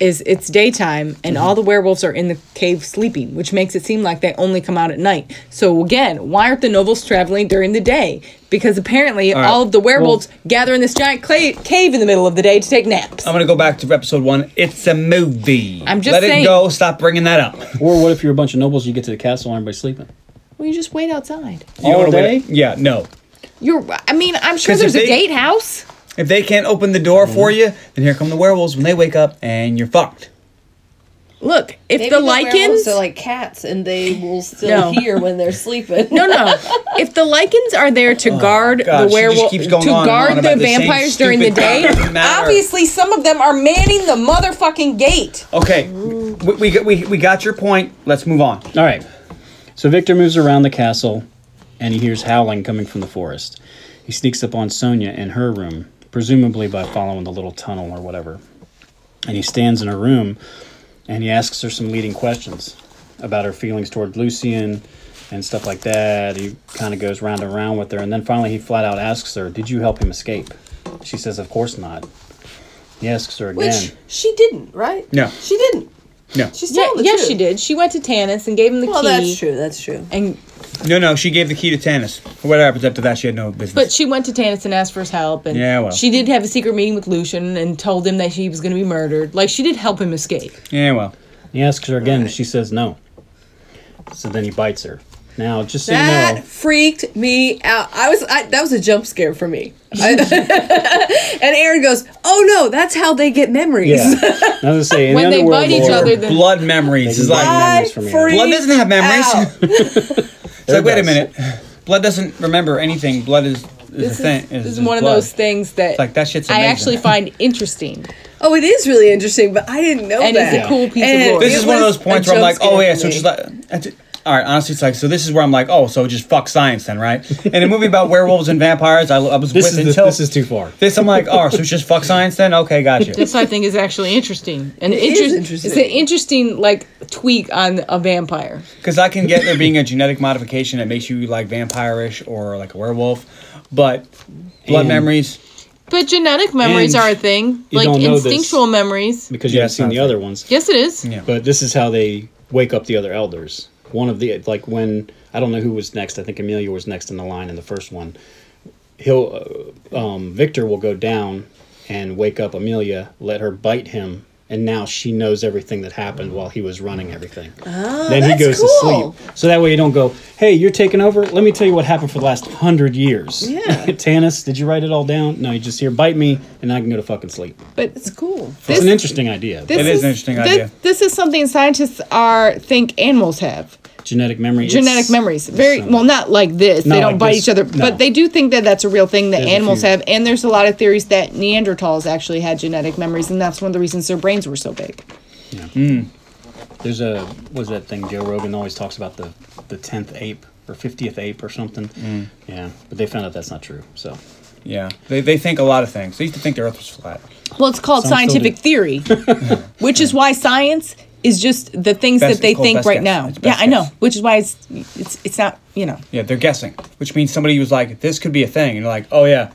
B: Is it's daytime and all the werewolves are in the cave sleeping, which makes it seem like they only come out at night. So again, why aren't the nobles traveling during the day? Because apparently all,
E: right.
B: of the werewolves gather in this giant clay- cave in the middle of the day to take naps.
E: I'm gonna go back to episode one. It's a movie.
B: I'm just
E: Let
B: saying.
E: it go. Stop bringing that up.
D: Or what if you're a bunch of nobles? You get to the castle and everybody's sleeping.
B: well, you just wait outside.
E: You
D: all
E: wanna
D: day.
E: wait- Yeah, no.
B: You're. I mean, I'm sure
E: 'Cause if
B: there's a
E: they-
B: date house.
E: If they can't open the door for you, then here come the werewolves when they wake up, and you're fucked.
B: Look, if
C: Maybe
B: the
C: werewolves
B: lichens.
C: are like cats, and they will
B: No.
C: still hear when they're sleeping.
B: no, no. If the lichens are there to guard
E: Oh, God, she
B: the
E: just
B: werewolf,
E: keeps going
B: to
E: on and on
B: guard
E: about
B: the
E: the same
B: vampires during the
E: stupid
B: day,
E: fucking (laughs) matter.
B: obviously some of them are manning the motherfucking gate.
E: Okay, we, we, got- we, we got your point. Let's move on.
D: All right. So Victor moves around the castle and he hears howling coming from the forest. He sneaks up on Sonia in her room, presumably by following the little tunnel or whatever. And he stands in her room and he asks her some leading questions about her feelings toward Lucian and stuff like that. He kind of goes round and round with her. And then finally he flat out asks her, Did you help him escape? She says, Of course not. He asks her again.
C: (laughs) Which she didn't, right?
E: No.
C: she didn't.
E: No.
C: She's
B: Yeah,
C: telling the
B: yes,
C: truth.
B: she did. She went to Tanis and gave him the
C: Well,
B: key.
C: that's true. That's true.
B: And
E: No, no, she gave the key to Tanis. Whatever happens after that, she had no business.
B: but she went to Tanis and asked for his help. And
E: Yeah, well.
B: she did have a secret meeting with Lucian and told him that she was going to be murdered. Like she did help him escape.
E: yeah, well.
D: He asks her again, and she says no. So then he bites her. Now, just so you
C: That
B: (laughs)
D: know,
C: freaked me out. I was I, that was a jump scare for me. I- (laughs) and Aaron goes, "Oh no, that's how they get memories."
D: yeah. I was gonna say, in
B: When
D: the
B: they
D: underworld
B: bite each
D: lore,
B: other, then
E: Blood memories is like
D: Bye.
C: I
D: Memories from Aaron.
C: freaked
E: blood doesn't have memories.
C: out.
E: (laughs)
B: (laughs)
E: it's like wait a
D: does.
E: minute, blood doesn't remember anything. Blood is is
B: this
E: a
B: is,
E: thing.
B: this is one of
E: blood.
B: those things that
E: Like that shit's
B: I
E: amazing.
B: actually find interesting.
C: (laughs) Oh, it is really interesting, but I didn't know
B: And it's
C: that.
B: a cool piece of lore.
E: This
C: it
E: is one of
C: was
E: those
C: a
E: points where I'm
C: jump
E: like, oh
C: scare
E: yeah,
C: for
E: so
C: me.
E: it's just like. that's it. all right, honestly, it's like so. This is where I'm like, oh, so just fuck science then, right? In a movie about werewolves and vampires, I, I was
D: This
E: with
D: is the-
E: until
D: this is too far.
E: This I'm like, oh, so it's just fuck science then? Okay, gotcha.
B: This I think is actually interesting. And
C: is
B: interest,
C: interesting.
B: It's an interesting like tweak on a vampire.
E: Because I can get there being a genetic modification that makes you like vampirish or like a werewolf, but blood
D: And-
E: memories.
B: But genetic memories
D: And
B: are a thing.
D: you
B: Like
D: don't know this.
B: instinctual memories.
D: because you
E: Yeah,
D: haven't seen
E: sounds
D: the
E: like-
D: other ones.
B: Yes it is.
E: Yeah.
D: But this is how they wake up the other elders. One of the like when I don't know who was next. I think Amelia was next in the line in the first one. he'll uh, um, Victor will go down and wake up Amelia, let her bite him, and now she knows everything that happened while he was running everything. then he goes
C: cool.
D: to sleep, so that way you don't go, "Hey, you're taking over. Let me tell you what happened for the last hundred years."
C: Yeah.
D: (laughs) Tannis, did you write it all down? No, you just hear bite me, and I can go to fucking sleep.
I: But it's cool.
D: it's an interesting idea.
I: This
E: It is an interesting
I: thi-
E: idea.
I: This is something scientists are think animals have
D: genetic memory.
I: genetic
D: it's-
I: memories. Very
D: so-
I: well, not like this.
D: Not
I: they don't
D: like
I: bite
D: this,
I: each other,
D: no.
I: but they do think that that's a real thing that
D: There's a
I: animals
D: few.
I: have. And there's a lot of theories that Neanderthals actually had genetic memories, and that's one of the reasons their brains were so big.
D: There's a what's that thing Joe Rogan always talks about the the tenth ape or fiftieth ape or something.
E: Mm.
D: Yeah, but they found out that's not true. So
E: Yeah, they, they think a lot of things. They used to think the Earth was flat.
B: Well, it's called
D: Some still
B: scientific
E: (laughs)
B: theory, which is why science is just the things
E: Best-
B: that they
E: it's called
B: think
E: best
B: right
E: guess.
B: now.
E: It's
B: Yeah,
E: best
B: I know.
E: guess.
B: Which is why it's it's it's not you know.
E: Yeah, they're guessing, which means somebody was like, "This could be a thing," and you're like, "Oh yeah."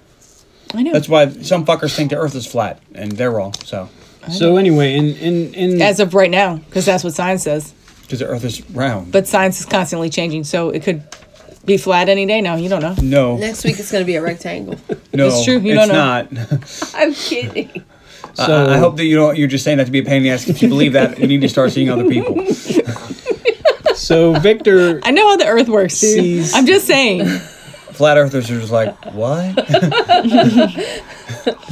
B: I know.
E: That's why some fuckers think the Earth is flat, and they're wrong. So
D: so anyway, in in in
B: as of right now, because that's what science says.
E: because the Earth is round.
B: But science is constantly changing, so it could be flat any day now. You don't know.
E: no,
C: Next week it's gonna be a rectangle.
E: no,
B: It's true, you
E: it's
B: don't know.
E: not.
C: (laughs) I'm kidding.
E: So I hope that you don't. You're just saying that to be a pain in the ass. If you believe that, you need to start seeing
B: (laughs)
E: other people.
D: so Victor
B: I know how the Earth works, dude.
D: Sees-
B: I'm just saying.
E: Flat Earthers are just like, "What? (laughs)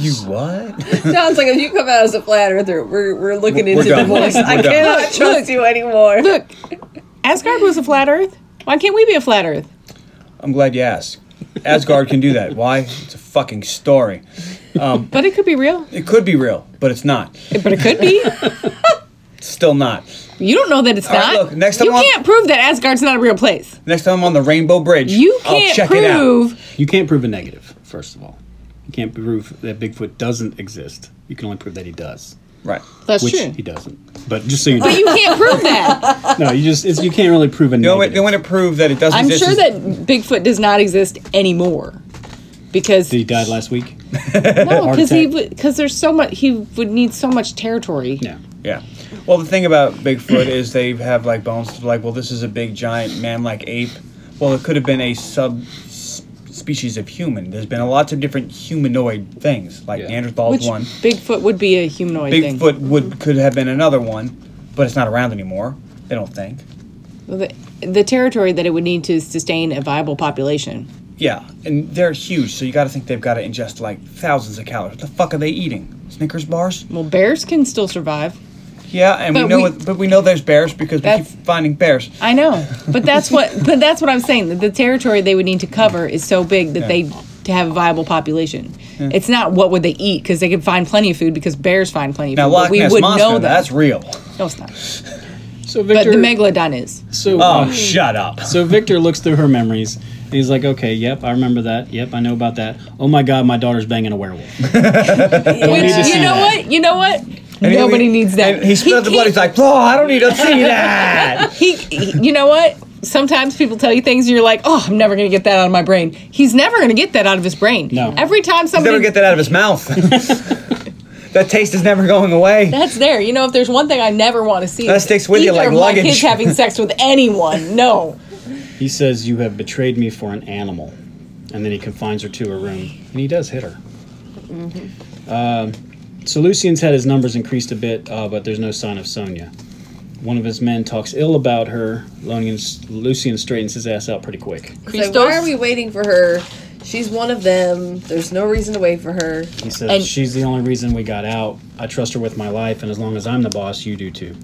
E: you what?"
C: Sounds like if you come out as a flat earther, we're we're looking
E: We're
C: into
E: done.
C: divorce. I
E: We're done.
C: cannot trust you anymore.
B: Look, Asgard was a flat Earth. Why can't we be a flat Earth?
E: I'm glad you asked. Asgard can do that. Why? It's a fucking story.
B: But it could be real.
E: It could be real, but it's not.
B: But it could be.
E: It's still not.
B: You don't know that it's not.
E: right, look, next
B: you
E: time I'm-
B: can't prove that Asgard's not a real place.
E: Next time I'm on the Rainbow Bridge,
B: You
E: I'll
B: can't
E: check it out.
B: prove
D: you can't prove a negative, first of all. You can't prove that Bigfoot doesn't exist. You can only prove that he does.
E: Right.
I: That's
D: Which
I: true.
D: he doesn't. But just so you know,
B: But you can't prove
E: (laughs)
B: that.
D: no, you just it's, you can't really prove a
E: The only,
D: negative.
E: way, the only way to prove that it doesn't
B: I'm
E: exist
B: sure
E: is-
B: that Bigfoot does not exist anymore. Because
D: Did he died last week?
B: no,
D: heart
B: because he
D: attack.
B: because there's so much he would need so much territory.
D: Yeah.
E: Yeah. Well, the thing about Bigfoot is they have like bones. They're Like, well, this is a big giant man-like ape. Well, it could have been a sub s- species of human. There's been a lots of different humanoid things, like
D: Yeah.
E: Neanderthals
B: Which
E: one.
B: Bigfoot would be a humanoid thing.
E: Bigfoot would could have been another one, but it's not around anymore. They don't think.
B: The, the territory that it would need to sustain a viable population.
E: Yeah, and they're huge, so you got to think they've got to ingest like thousands of calories. What the fuck are they eating? Snickers bars?
B: Well, bears can still survive.
E: Yeah, and we
B: But
E: know,
B: we-
E: it, but we know there's bears because we keep
B: That's-
E: finding bears.
B: I know, but that's
E: (laughs)
B: what but that's what I'm saying. That the territory they would need to cover is so big that they to have a viable population. It's not what would they eat because they could find plenty of food because bears find plenty of
E: Now
B: food.
E: Loch
B: but we
E: Ness
B: would
E: monster,
B: know them.
E: that's real.
B: no, it's not.
D: So
B: But
D: Victor
B: the megalodon is.
D: so uh,
E: Oh, shut up.
D: So Victor looks through her memories. And he's like, okay, yep, I remember that. Yep, I know about that. Oh my god, my daughter's banging a werewolf.
B: Which,
D: need to see
B: you know
D: that.
B: what? You know what?
E: And he-
B: Nobody needs that.
E: and he spit out the blood. He's like, "Oh, I don't need to see
B: (laughs)
E: that."
B: He, he- you know what? Sometimes people tell you things and you're like, oh, I'm never going to get that out of my brain. He's never going to get that out of his brain.
D: No.
B: Every time
E: He's never
B: somebody
E: get that out of
B: (laughs)
E: his mouth. that taste is never going away.
B: That's there. You know, if there's one thing I never want to see,
E: That
B: is
E: sticks with you
B: either
E: like
B: of
E: luggage.
B: My kids having sex with anyone. No.
D: He says, you have betrayed me for an animal. And then he confines her to her room. And he does hit her. Um, so Lucian's had his numbers increased a bit, uh, but there's no sign of Sonia. One of his men talks ill about her. Lucian, Lucian straightens his ass out pretty quick.
C: (laughs) It's like, why are we waiting for her? She's one of them. There's no reason to wait for her.
D: He says,
B: And-
D: She's the only reason we got out. I trust her with my life, and as long as I'm the boss, you do too.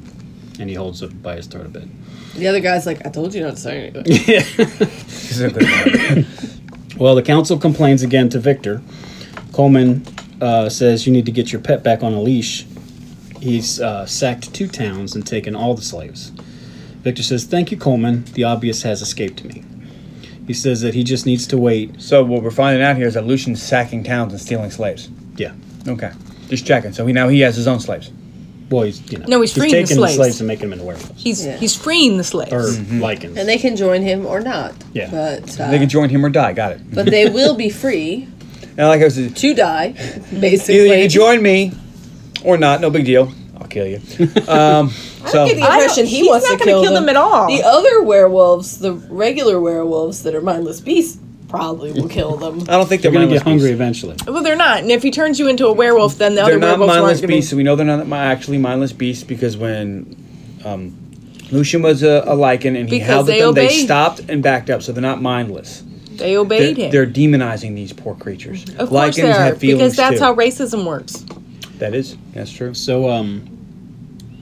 D: And he holds it by his throat a bit.
C: The other guy's like, I told you not to say anything.
E: He's a good one.
D: Well, the council complains again to Victor. Coleman uh, says you need to get your pet back on a leash. He's uh, sacked two towns and taken all the slaves. Victor says, Thank you, Coleman. The obvious has escaped me. He says that he just needs to wait.
E: so what we're finding out here is that Lucian's sacking towns and stealing slaves.
D: Yeah.
E: Okay, just checking. So he now he has his own slaves.
D: Well, he's, you know,
B: No, he's freeing the
D: taking
B: slaves.
D: and making them into werewolves.
B: He's
C: Yeah.
B: he's freeing the slaves.
D: Or
C: (laughs)
D: lichens.
C: and they can join him or not.
D: Yeah.
C: But uh,
E: They can join him or die. Got it.
C: but they will be free
E: Now, like I was, either
C: to die,
E: (laughs) you
C: basically.
E: can join me or not. No big deal. I'll
B: (laughs)
E: kill you. Um, so
C: I get the impression he
I: she's
C: wants
I: not
C: to
I: gonna
C: kill,
I: kill
C: them.
I: them at all.
C: The other werewolves, the regular werewolves that are mindless beasts, probably will kill them.
E: I don't think
D: They're
E: they're
D: going to
E: mindless
D: get hungry
E: beasts.
D: eventually.
B: Well, they're not. And if he turns you into a werewolf, then the
E: They're
B: other
E: not
B: werewolves
E: mindless
B: aren't going
E: beasts.
B: to be.
E: We know they're not mi- actually mindless beasts because when um, Lucian was a, a lycan and he
B: Because
E: howled at
B: they
E: them, they
B: obeyed.
E: stopped and backed up, so they're not mindless.
B: They
E: They're,
B: obeyed him.
E: they're demonizing these poor creatures.
B: of course they are, because that's
E: too.
B: how racism works.
E: that is. That's true.
D: So, um,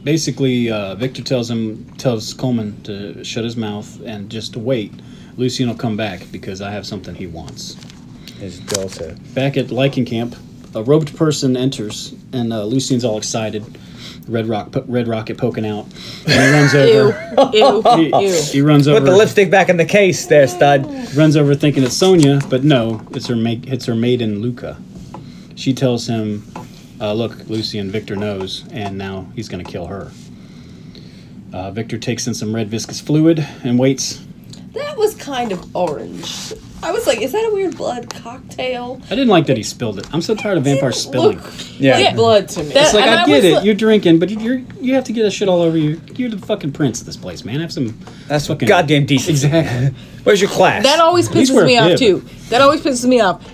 D: basically, uh, Victor tells him, tells Coleman to shut his mouth and just to wait. Lucien will come back because I have something he wants.
E: Is Delta.
D: Back at Lycan Camp, a robed person enters, and uh, Lucien's all excited. Red rock, po- red rocket poking out. And
B: (laughs)
D: he runs
B: Ew,
D: over.
B: ew,
D: He,
B: ew.
D: he runs over.
E: Put the lipstick back in the case, there, stud.
D: runs over thinking it's Sonia, but no, it's her ma- it's her maiden Luca. She tells him, uh, "Look, Lucy and Victor knows, and now he's going to kill her." Uh, Victor takes in some red viscous fluid and waits.
C: That was kind of orange. I was like, is that a weird blood cocktail?
D: I didn't like that he spilled it. I'm so tired of vampires spilling.
C: Look
E: Yeah.
C: like blood to me.
D: It's like
B: And
D: I,
B: I
D: get
B: was
D: it.
B: li-
D: you're drinking, but you're you have to get a shit all over you. You're the fucking prince of this place, man. Have some.
E: That's
D: fucking
E: goddamn decent.
D: Exactly.
E: Where's your class?
B: That always
D: These
B: pisses
D: were
B: me off
D: bib.
B: too. That always pisses me off.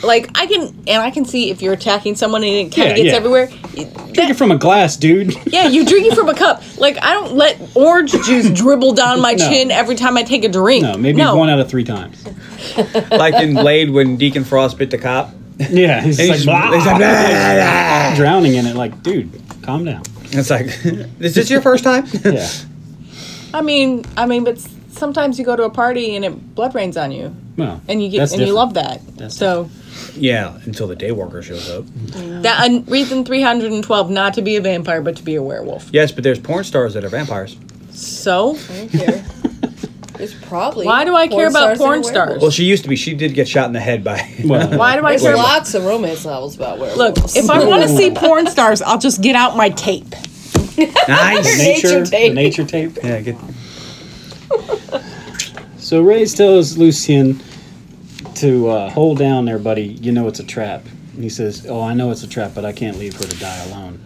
B: Like I can, and I can see if you're attacking someone and it kind
D: Yeah,
B: of gets
D: yeah.
B: everywhere.
D: Drink it from a glass, dude. (laughs)
B: Yeah, you drink it from a cup. Like I don't let orange
D: (laughs)
B: juice dribble down my
D: No.
B: chin every time I take a drink.
D: No, maybe one out of three times.
E: like in Blade when Deacon Frost bit the cop.
D: Yeah, he's,
E: And
D: like,
E: he's
D: "Blah."
E: just- he's like, "Blah, blah, blah."
D: (laughs) drowning in it. Like, dude, calm down.
E: It's like, (laughs) is this your first (laughs) time?
D: Yeah.
B: I mean, I mean, but s- sometimes you go to a party and it blood rains on you,
D: Well,
B: and you get
D: that's
B: and you love
D: different.
B: that.
D: That's
B: so
E: yeah, until the day worker shows up.
B: that and reason three hundred and twelve not to be a vampire but to be a werewolf.
E: Yes, but there's porn stars that are vampires.
B: So
C: don't
E: (laughs)
C: care. There's probably.
B: Why do I care about
C: that
B: porn
C: are
B: stars?
C: werewolves.
E: Well, she used to be. She did get shot in the head by. (laughs)
D: Well,
B: why do I
C: There's
B: care? about-
C: lots of romance novels about
B: Look,
C: werewolves.
B: if I want to see porn stars, I'll just get out my tape. (laughs)
C: Nature
E: nice.
D: nature
C: tape.
D: tape. Nature tape.
E: yeah, get,
D: So Ray's tells Lucien to uh, hold down there, buddy. You know it's a trap. And he says, "Oh, I know it's a trap, but I can't leave her to die alone."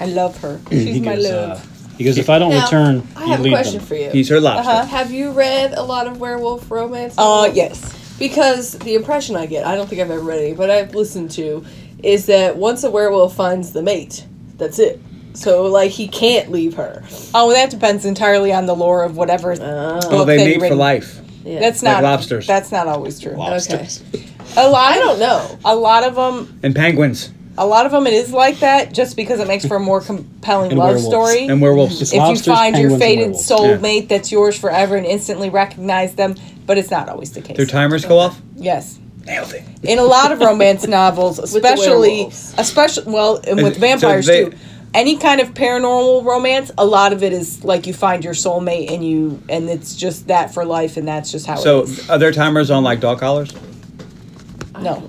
B: I love her. She's
D: he
B: my
D: goes,
B: love.
D: uh, "He goes, if I don't
C: Now,
D: return,
C: I
D: you
C: have a
D: leave
C: question
D: them."
C: for you. Uh-huh.
E: he's her lobster.
B: Uh-huh.
C: Have you read a lot of werewolf romance?
B: Uh,
C: novels?
B: yes.
C: Because the impression I get, I don't think I've ever read any, but I've listened to, is that once a werewolf finds the mate, that's it. So like he can't leave her.
B: Oh, that depends entirely on the lore of whatever.
E: Oh,
B: book
E: they
B: they've
E: mate for
B: written.
E: life.
C: Yeah.
B: That's
E: Like
B: not
E: lobsters.
B: That's not always true.
C: okay.
B: A lot.
C: I don't know.
B: A lot of them.
E: And penguins
B: A lot of them. It is like that, just because it makes for a
E: (laughs)
B: more compelling
D: And
B: love
D: werewolves.
B: story.
E: and werewolves.
D: It's
B: if you
D: lobsters,
B: find your
D: penguins, and
B: fated
D: werewolves.
B: soul
E: Yeah.
B: mate that's yours forever and instantly recognize them, but it's not always the case.
E: Their timers go off.
B: yes.
E: Nailed it.
B: in a lot of
C: (laughs)
B: romance novels,
C: the
B: especially
C: werewolves.
B: especially well, and with
E: so
B: vampires
E: they-
B: too. Any kind of paranormal romance, a lot of it is like you find your soulmate and you and it's just that for life and that's just how
E: So
B: it is.
E: are their timers on like dog collars?
C: (laughs)
B: No.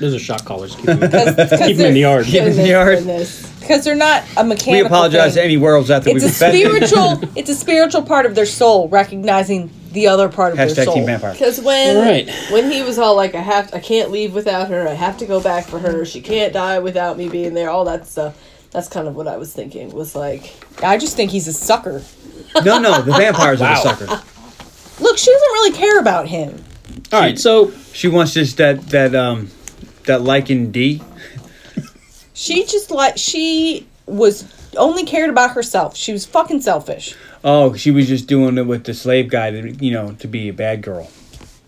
D: Those are shock collars.
B: (laughs)
D: Keep them, keep
B: Because
D: them in the
B: they're,
D: yard.
E: In the yard.
C: Goodness.
B: because they're not a mechanical
E: We apologize to
B: thing.
E: any werewolves out there.
B: It's
E: We've
B: a
E: offended.
B: spiritual it's a spiritual part of their soul recognizing the other part of their
E: (laughs) Hashtag
B: soul.
E: Team Vampire.
C: Because when
D: All right.
C: when he was all like, I have, I can't leave without her. I have to go back for her. She can't die without me being there. All that stuff. That's kind of what I was thinking. Was like,
B: I just think he's a sucker.
E: No, no, the vampires are the suckers.
B: Look, she doesn't really care about him.
D: All right, so
E: She wants just that that um that lichen D.
B: She just like she was only cared about herself. She was fucking selfish.
E: Oh, she was just doing it with the slave guy, to, you know, to be a bad girl,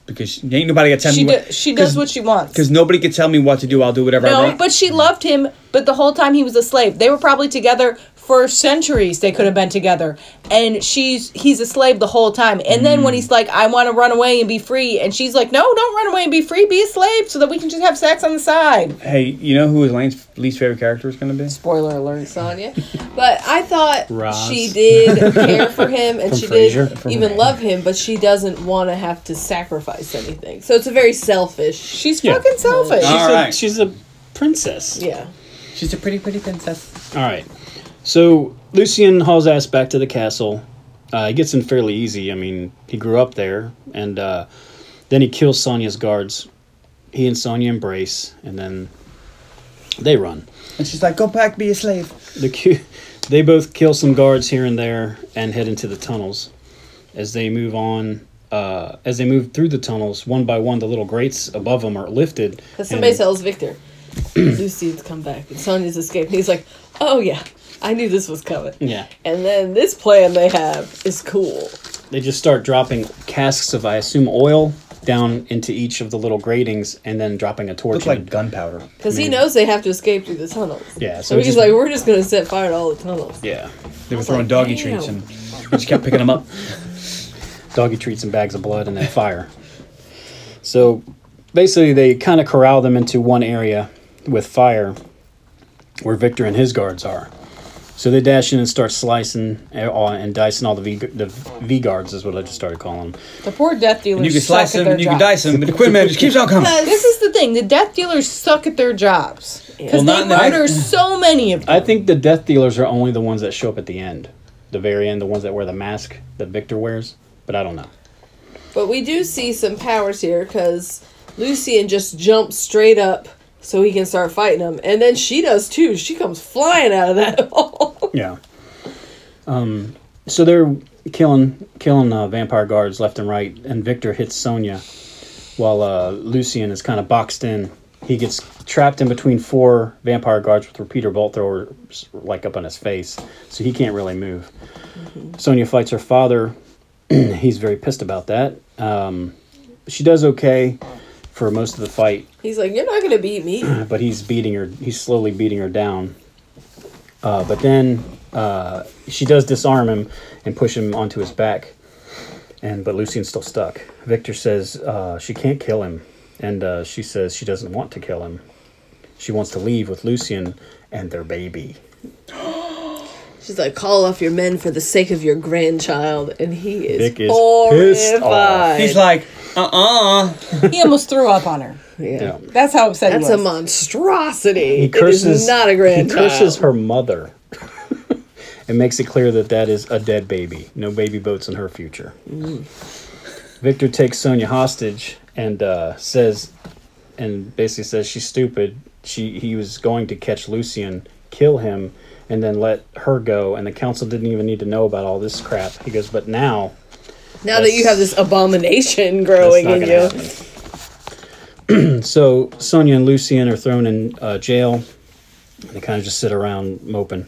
E: because she, ain't nobody got to tell
B: She
E: me.
B: do, she does what she wants.
E: Because nobody could tell me what to do. I'll do whatever I
B: No,
E: want.
B: but she loved him. But the whole time he was a slave. They were probably together for centuries. They could have been together, and she's he's a slave the whole time. And then
E: Mm.
B: when he's like, "I want to run away and be free," and she's like, "No, don't run away and be free. Be a slave so that we can just have sex on the side."
E: hey, you know who Elaine's least favorite character is going to be?
B: Spoiler alert.
C: Sonya. But I thought
D: Roz.
C: she
D: (laughs)
C: did care for him and
D: From
C: she
D: Frasier.
C: did
D: From-
C: even love him, but she doesn't want to have to sacrifice anything. So it's a very selfish.
B: She's
D: Yeah.
B: fucking selfish.
E: Uh,
D: she's,
E: All
D: a,
E: right.
D: she's a princess.
C: Yeah.
E: She's a pretty, pretty princess.
D: All right. So Lucien hauls ass back to the castle. Uh, he gets in fairly easy. I mean, he grew up there, and uh, then he kills Sonia's guards. He and Sonia embrace, and then they run.
E: And she's like, go back, be a slave.
D: The (laughs) cu- they both kill some guards here and there and head into the tunnels. As they move on, Uh, as they move through the tunnels, one by one, the little grates above them are lifted.
C: Because somebody
D: and-
C: tells
D: (clears throat)
C: Victor, Lucide's come back and Sonya's escaped. And he's like, oh yeah, I knew this was coming.
D: Yeah.
C: And then this plan they have is cool.
D: they just start dropping casks of, I assume, oil down into each of the little gratings, and then dropping a torch.
E: Looks like
D: in-
E: gunpowder.
C: Because he knows they have to escape through the tunnels.
D: Yeah, so
C: So, he's
D: just-
C: like, we're just going to set fire to all the tunnels.
D: yeah,
E: They were throwing doggy
C: damn.
E: treats and we just kept picking
B: (laughs)
E: them up.
D: doggy treats and bags of blood, and then fire. So basically, they kind of corral them into one area with fire, where Victor and his guards are. So they dash in and start slicing and all- and dicing all the V, the v guards is what I just started calling them.
B: The poor death dealers.
E: And you can
B: suck
E: slice
B: at
E: them
B: their
E: and you can
B: job.
E: dice them, but the Quinn man just keeps on coming.
B: This is the thing. The death dealers suck at their jobs
E: Well,
B: because
E: not in
B: they
E: the-
B: murder so many of them.
D: I think the death dealers are only the ones that show up at the end, the very end, the ones that wear the mask that Victor wears. But I don't know.
C: But we do see some powers here because Lucian just jumps straight up so he can start fighting them. And then she does too. She comes flying out of that (laughs) hole.
D: Yeah. Um, so they're killing killing uh, vampire guards left and right, and Victor hits Sonya, while uh, Lucian is kind of boxed in. He gets trapped in between four vampire guards with repeater bolt throwers like up on his face, so he can't really move. Sonya fights her father. (clears throat) He's very pissed about that. Um, she does okay for most of the fight,
C: He's like, you're not going to beat
D: (clears throat)
C: me.
D: but he's beating her. He's slowly beating her down. Uh, but then uh, she does disarm him and push him onto his back. And but Lucien's still stuck. Victor says uh, she can't kill him, and uh, she says she doesn't want to kill him. She wants to leave with Lucien and their baby.
C: She's like, call off your men for the sake of your grandchild. And he is,
D: Vic is pissed off.
C: horrified.
E: He's like, uh-uh.
B: He almost threw up on her.
C: yeah.
D: Yeah.
B: That's how upset
C: That's
B: he
C: a
B: was.
C: monstrosity.
D: He curses.
C: It is not a
D: He
C: grandchild.
D: curses her mother. and makes it clear that that is a dead baby. No baby boats in her future.
C: Mm.
D: Victor takes Sonia hostage and uh, says, and basically says she's stupid. She he was going to catch Lucian, kill him, and then let her go. And the council didn't even need to know about all this crap. He goes, but now
C: now that you have this abomination (laughs)
D: that's
C: growing
D: not
C: in
D: gonna
C: you.
D: happen. (clears throat) so Sonia and Lucian are thrown in uh, jail. And they kind of just sit around moping.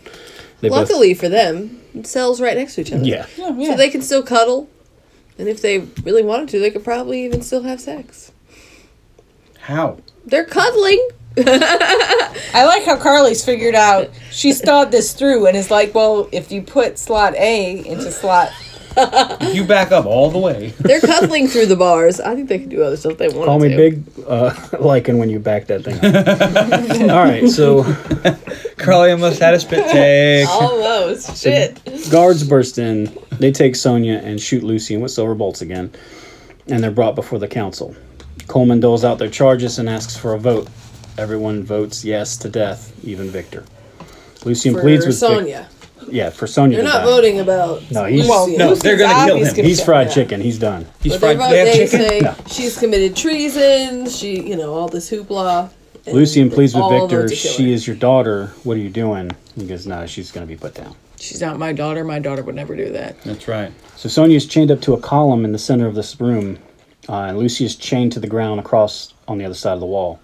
D: They both-
C: Luckily for them, cells right next to each other.
D: Yeah.
C: So they can still cuddle. And if they really wanted to, they could probably even still have sex.
E: How?
C: They're cuddling.
B: I like how Carly's figured out (laughs) she's thought this through and is like, well, if you put slot A into slot,
E: If you back up all the way,
C: They're cuddling through the bars. I think they could do other stuff they wanted
D: Call me
C: to.
D: big uh, (laughs) liking when you back that thing
C: (laughs)
D: up. All right, so
E: (laughs) Carly almost had a spit (laughs) take.
C: Almost. Oh, Shit.
D: guards burst in. They take Sonia and shoot Lucian with silver bolts again, and they're brought before the council. Coleman doles out their charges and asks for a vote. Everyone votes yes to death, even Victor. Lucian pleads
C: For
D: with Vic-
C: Sonya.
D: yeah for Sonia.
C: They're
D: to
C: not
D: die.
C: voting about.
D: No, he's-
C: Lucian.
E: No, they're gonna kill him.
D: He's fried chicken. He's done.
E: He's
C: But they,
E: fried.
C: vote,
E: They have
C: they
E: chicken.
C: say
D: No.
C: she's committed treason. She, you know, all this hoopla. and
D: Lucian pleads with
C: all vote
D: Victor.
C: to kill
D: She
C: her.
D: is your daughter. What are you doing? He goes, no, she's going to be put down.
C: She's not my daughter. My daughter would never do that.
E: That's right.
D: So Sonia is chained up to a column in the center of this room, uh, and Lucy is chained to the ground across on the other side of the wall.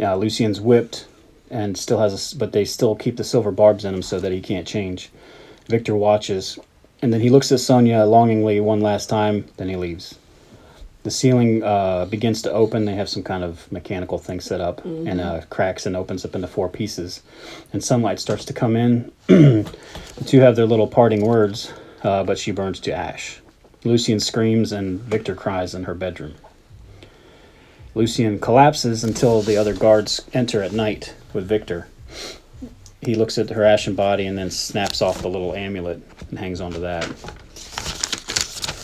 D: Uh, Lucian's whipped, and still has, a s but they still keep the silver barbs in him so that he can't change. Victor watches, and then he looks at Sonia longingly one last time. Then he leaves. The ceiling uh, begins to open. They have some kind of mechanical thing set up, and uh, cracks and opens up into four pieces. And sunlight starts to come in, the two have their little parting words, uh, but she burns to ash. Lucian screams and Victor cries in her bedroom. Lucian collapses until the other guards enter at night with Victor. He looks at her ashen body and then snaps off the little amulet and hangs onto that.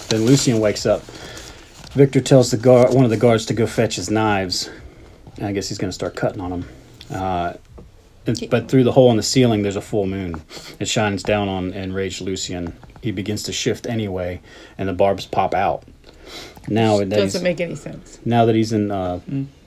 D: Then Lucian wakes up. Victor tells the guard, one of the guards to go fetch his knives. And I guess he's going to start cutting on him. It's- But through the hole in the ceiling, there's a full moon. It shines down on enraged Lucian. He begins to shift anyway, and the barbs pop out. Now that he's,
B: doesn't make any sense.
D: now that he's in uh,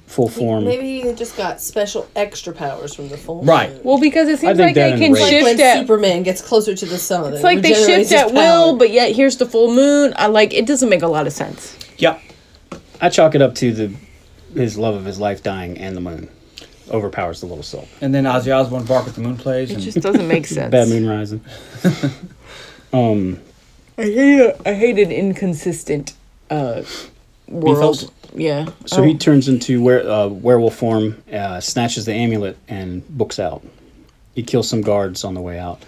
D: full form.
C: Maybe he just got special extra powers from the full
E: Right.
C: moon.
B: Well, because it seems
D: think
B: like they
D: that
B: can
D: enraged-
C: Like when
B: shift at
C: Superman gets closer to the sun.
B: It's like they shift at will, but yet here's the full moon. I like it doesn't make a lot of sense.
E: Yep.
D: I chalk it up to the his love of his life dying and the moon overpowers the little soul.
E: And then Ozzy Osbourne bark at the moon plays.
B: It
E: And
B: just doesn't make sense.
D: (laughs) Bad moon rising. um,
B: I hated, I hated inconsistent uh world.
E: Mythos?
B: Yeah.
D: so
C: Oh.
D: he turns into were, uh, werewolf form, uh, snatches the amulet, and books out. He kills some guards on the way out.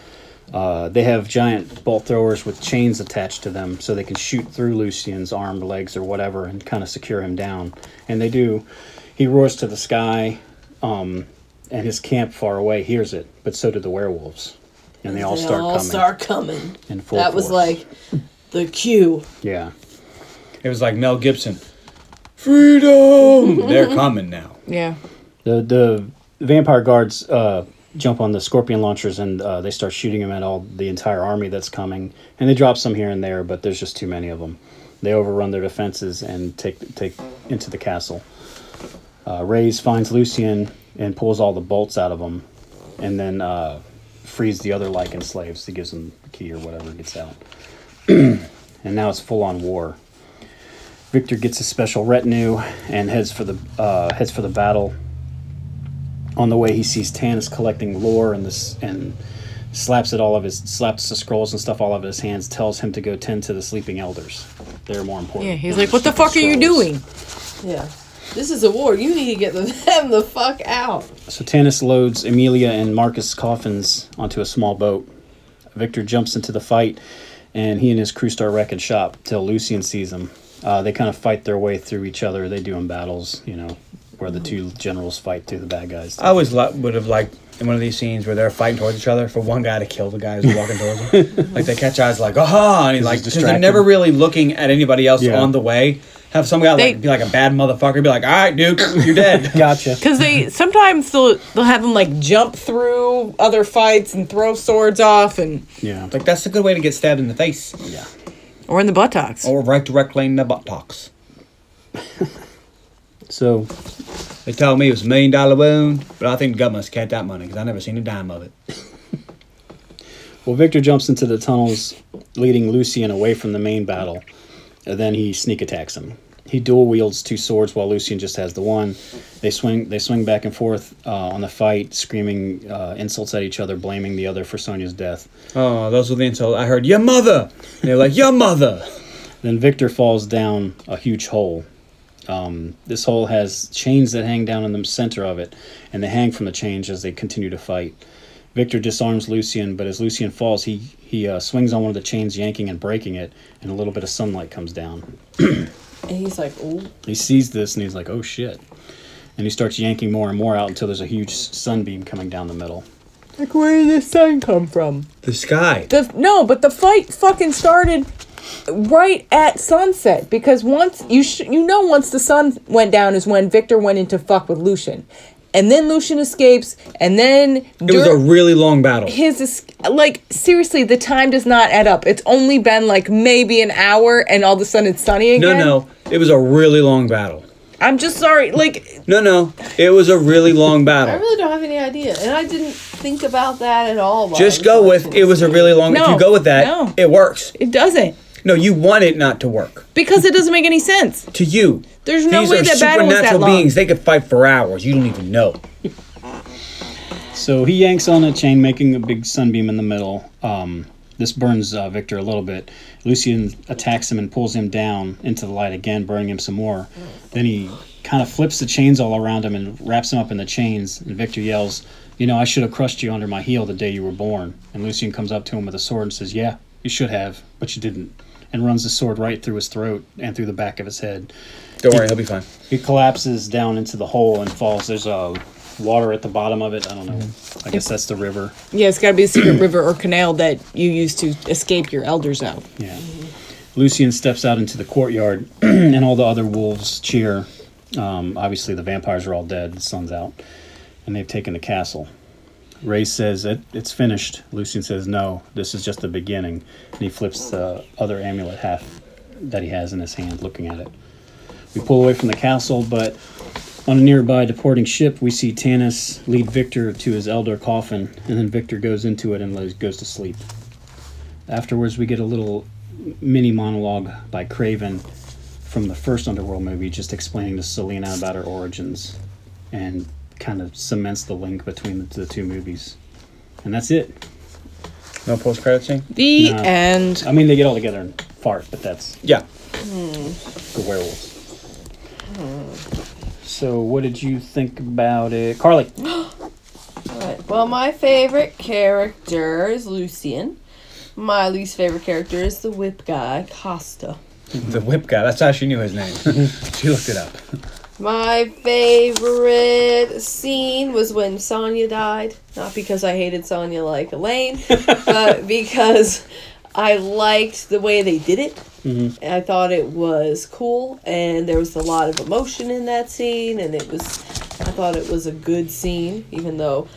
D: Uh, they have giant bolt throwers with chains attached to them so they can shoot through Lucian's arm, legs, or whatever and kind of secure him down. And they do. He roars to the sky, um, and his camp far away hears it, but so do the werewolves. And they all
C: they
D: start
C: all
D: coming.
C: start coming.
D: In full
C: that was
D: force.
C: like the cue.
D: Yeah.
E: it was like Mel Gibson. Freedom! They're coming now.
B: Oh, yeah.
D: The the vampire guards uh, jump on the scorpion launchers and uh, they start shooting them at all the entire army that's coming. And they drop some here and there, but there's just too many of them. They overrun their defenses and take take into the castle. Uh, Ray's finds Lucian and pulls all the bolts out of him, and then uh, frees the other Lycan slaves. He gives them the key or whatever gets out. (clears throat) and now it's full on war. Victor gets a special retinue and heads for the uh, heads for the battle. On the way, he sees Tanis collecting lore and this and slaps at all of his slaps the scrolls and stuff all out of his hands. Tells him to go tend to the sleeping elders. They're more important.
B: Yeah. He's like, What the fuck are you
D: Scrolls.
B: doing?
C: Yeah. This is a war. You need to get them, them the (laughs) fuck out.
D: So Tanis loads Emilia and Marcus coffins onto a small boat. Victor jumps into the fight, and he and his crew start wrecking shop till Lucian sees them. Uh, they kind of fight their way through each other. They do in battles, you know, where the two generals fight to the bad guys.
E: I always li- would have liked in one of these scenes where they're fighting towards each other for one guy to kill the guy who's walking
B: (laughs)
E: towards him. like they catch eyes like, aha! And he's like, because they're
D: distracted.
E: never really looking at anybody else
D: Yeah.
E: on the way. Have some guy like,
B: They-
E: be like a bad motherfucker, be like, all right, dude, you're dead.
D: (laughs) Gotcha.
B: Because they sometimes they'll they'll have them like jump through other fights and throw swords off and
D: Yeah.
E: Like that's a good way to get stabbed in the face
D: yeah.
B: or in the buttocks.
E: or right direct lane in the buttocks.
D: So
E: They told me it was a million dollar wound, but I think the government's cat that money because I never seen a dime of it.
D: Well, Victor jumps into the tunnels, leading Lucian away from the main battle. And then he sneak attacks him. He dual wields two swords while Lucian just has the one. They swing. They swing back and forth uh, on the fight, screaming uh, insults at each other, blaming the other for Sonia's death.
E: Oh, those were the insults. I heard your mother. And they were like your mother.
D: Then Victor falls down a huge hole. Um, this hole has chains that hang down in the center of it, and they hang from the chains as they continue to fight. Victor disarms Lucian, but as Lucian falls, he he uh, swings on one of the chains, yanking and breaking it, and a little bit of sunlight comes down.
C: And he's like, oh,
D: He sees this and he's like, "Oh shit!" and he starts yanking more and more out until there's a huge sunbeam coming down the middle.
B: Like where did this sign come from?
E: The sky.
B: The no, but the fight fucking started right at sunset because once you sh- you know once the sun went down is when Victor went into fuck with Lucian, and then Lucian escapes, and then
E: It was a really long battle.
B: his es- like seriously the time does not add up. It's only been like maybe an hour, and all of a sudden it's sunny
E: No,
B: again.
E: no, it was a really long battle.
B: I'm just sorry. Like
E: No, no, it was a really long
C: I
E: battle.
C: really don't have any idea. And I didn't think about that at all. while I
E: Just
C: was
E: go with
C: watching
E: it was a really long. if
B: No,
E: you go with that,
B: no.
E: it works.
B: it doesn't
E: No, you want it not to work.
B: because it doesn't make any sense.
E: To you,
B: There's no way that battle was that long.
E: beings. They could fight for hours. You don't even know.
D: So he yanks on a chain, making a big sunbeam in the middle. Um, this burns uh, Victor a little bit. Lucian attacks him and pulls him down into the light again, burning him some more. Then he kind of flips the chains all around him and wraps him up in the chains. And Victor yells, You know, I should have crushed you under my heel the day you were born. And Lucian comes up to him with a sword and says, Yeah, you should have, but you didn't. And runs the sword right through his throat and through the back of his head.
E: Don't worry, he'll be fine.
D: He collapses down into the hole and falls. There's uh, water at the bottom of it. I don't know. I guess that's the river.
B: Yeah, it's got to be a secret river or canal that you use to escape your elders out.
D: Yeah. Lucian steps out into the courtyard, (clears throat) and all the other wolves cheer. Um, obviously, the vampires are all dead. The sun's out, and they've taken the castle. Ray says it, it's finished. Lucian says no. This is just the beginning, and he flips the other amulet half that he has in his hand, looking at it. We pull away from the castle, but On a nearby departing ship, we see Tanis lead Victor to his elder coffin, and then Victor goes into it and lays- goes to sleep. Afterwards, we get a little mini monologue by Craven from the first Underworld movie, just explaining to Selena about her origins and kind of cements the link between the, the two movies. And that's it.
E: No post credit scene?
B: The
D: No.
B: end.
D: I mean, they get all together and fart, but that's
E: Yeah.
D: the werewolves. So, what did you think about it, Carly?
C: Alright, Well, my favorite character is Lucian. My least favorite character is the whip guy, Costa.
E: The whip guy. That's how she knew his name. (laughs) she looked it up.
C: My favorite scene was when Sonya died. Not because I hated Sonya like Elaine, but because I liked the way they did it. And I thought it was cool, and there was a lot of emotion in that scene, and it was. I thought it was a good scene, even though.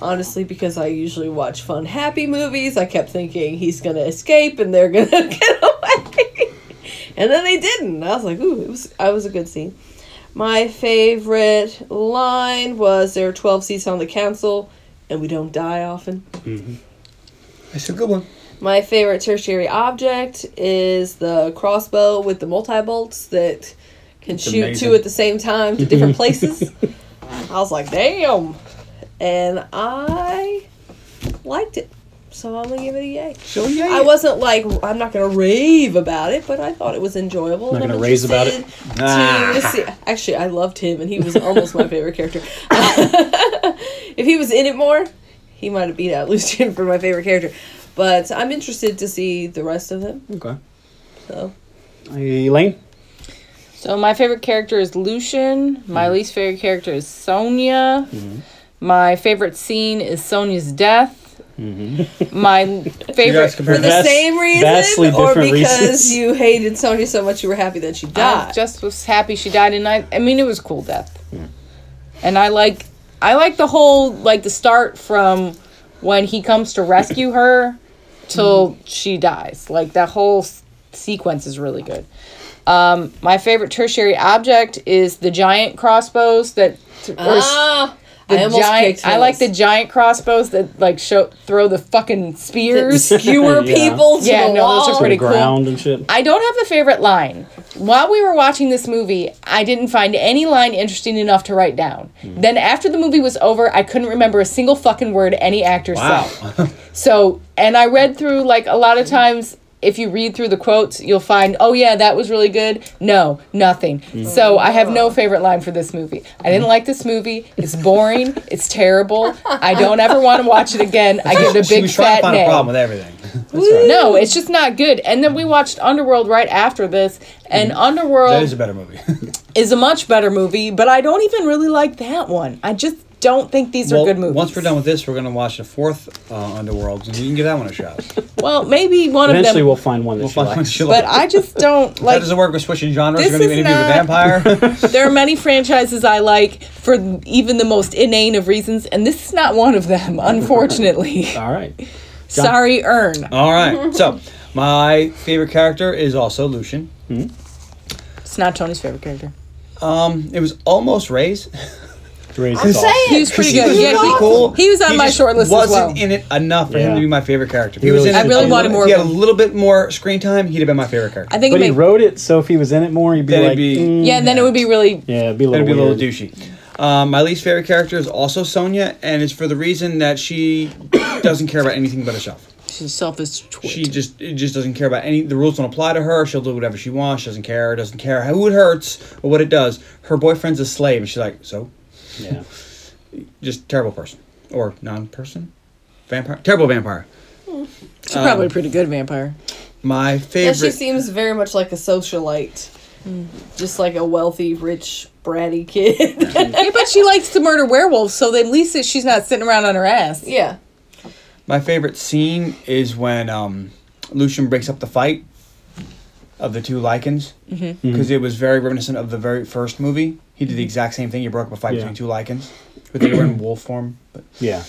C: Honestly, because I usually watch fun, happy movies, I kept thinking he's gonna escape and they're gonna (laughs) get away, and then they didn't. I was like, "Ooh, it was." I was a good scene. My favorite line was there are 12 seats on the council and we don't die often.
E: It's a good one.
C: My favorite tertiary object is the crossbow with the multi bolts that can shoot
E: amazing.
C: two at the same time to different
D: (laughs)
C: places. I was like, damn. And I liked it. So I'm going to give it a yay.
E: So yeah.
C: I wasn't like I'm not gonna rave about it, but I thought it was enjoyable.
D: Not
C: and I'm
D: gonna raise about it?
C: interested to
D: (laughs)
C: see- Actually, I loved him, and he was almost my favorite character. (laughs) if he was in it more, he might have beat out Lucian for my favorite character. But I'm interested to see the rest of them.
D: Okay.
C: So
B: (gasps)
D: Elaine?
B: So my favorite character is Lucian. My
D: Mm-hmm.
B: least favorite character is Sonia. My favorite scene is Sonia's death.
D: Mm-hmm. (laughs)
B: My favorite
E: guys compare
B: for
C: for the
D: Vast-
B: the
C: same
D: vastly
C: reason, or
D: different
C: because
D: reasons.
C: you hated Sonya so much, you were happy that she
B: I
C: died.
B: just was happy she died, and I, I mean, it was a cool death. And I like, I like the whole like the start from when he comes to rescue her till she dies. Like that whole s- sequence is really good. Um, my favorite tertiary object is the giant crossbows that. Or, s-
C: ah,
B: the
C: I almost
B: giant,
C: kicked
B: I like the
C: his.
B: giant crossbows that like show throw the fucking spears.
C: (laughs) skewer
D: Yeah.
C: people to
B: Yeah,
C: the
B: no,
C: wall.
B: those are pretty
D: the
B: cool.
D: ground and shit.
B: I don't have a favorite line. While we were watching this movie, I didn't find any line interesting enough to write down.
E: Hmm.
B: Then after the movie was over, I couldn't remember a single fucking word any actor said.
E: (laughs) Wow.
B: So, and I read through like a lot of times if you read through the quotes, you'll find, "Oh yeah, that was really good." No, nothing.
E: Hmm.
B: So, I have no favorite line for this movie. I didn't like this movie. It's boring. it's terrible. I don't ever want to watch it again. I give it a
E: she
B: big
E: was trying
B: fat
E: to find
B: nay.
E: a problem with everything. (laughs)
B: No, it's just not good. And then we watched Underworld right after this, and
E: Mm-hmm. that is a
B: Underworld
E: better movie. (laughs)
B: is a much better movie, but I don't even really like that one. I just don't think these
E: Well,
B: are good movies.
E: Once we're done with this, we're gonna watch the fourth uh, Underworld, and you can give that one a shot.
B: Well, maybe one of
D: Eventually,
B: them.
D: we'll find one that
E: We'll
D: she
E: find one
D: likes.
E: she (laughs)
B: but
E: likes.
B: I just don't (laughs)
E: That
B: like.
E: doesn't work with switching genres. We're
B: This
E: gonna do
B: is
E: interview with a vampire.
B: (laughs)
E: (laughs)
B: There are many franchises I like for even the most inane of reasons, and this is not one of
E: (laughs)
B: them, unfortunately.
D: All right.
B: Sorry, Ern.
E: All right. So my favorite character is also Lucian.
B: It's not Tony's favorite character.
E: Um, it was almost Ray's.
D: Raise is off.
B: He was pretty
E: (laughs) He
B: good.
E: was
B: Yeah,
E: really
B: he,
E: cool.
B: he was on my
E: just
B: short list as
E: Wasn't
B: well.
E: in it enough for him
D: Yeah.
E: to be my favorite character. If
D: He
E: he was
D: really
E: in
D: should
E: it,
D: I really
E: a
D: wanted
E: little-
B: more
E: if He
B: of
E: had a
B: him.
E: little bit more screen time. He'd have been my favorite character.
B: I think
D: But
B: it
D: he
B: made,
D: wrote it, so if he was in it more, he'd be
E: Then it'd
D: like,
E: be-
D: "Mm,
B: yeah, and then it would be really
D: yeah, it'd be a little
E: It'd be a little
D: weird.
E: douchey. Um, my least favorite character is also Sonia, and it's for the reason that she (coughs) doesn't care about anything but herself.
B: she's selfish twit.
E: She just it just doesn't care about any. The rules don't apply to her. She'll do whatever she wants. She doesn't care. Doesn't care who it hurts or what it does. Her boyfriend's a slave, and she's like, so
D: Yeah.
E: just terrible person or non-person, vampire, terrible vampire.
B: she's probably a
E: Um,
B: pretty good vampire.
E: My
C: Yeah,
E: favorite.
C: she seems very much like a socialite, just like a wealthy, rich, bratty kid. (laughs)
B: yeah, but she likes to murder werewolves, so at least that she's not sitting around on her ass.
C: yeah,
E: My favorite scene is when um, Lucian breaks up the fight of the two lichens because it was very reminiscent of the very first movie. He did the exact same thing. He broke up a fight
D: Yeah.
E: between two lichens, but they were in wolf form. But,
D: Yeah.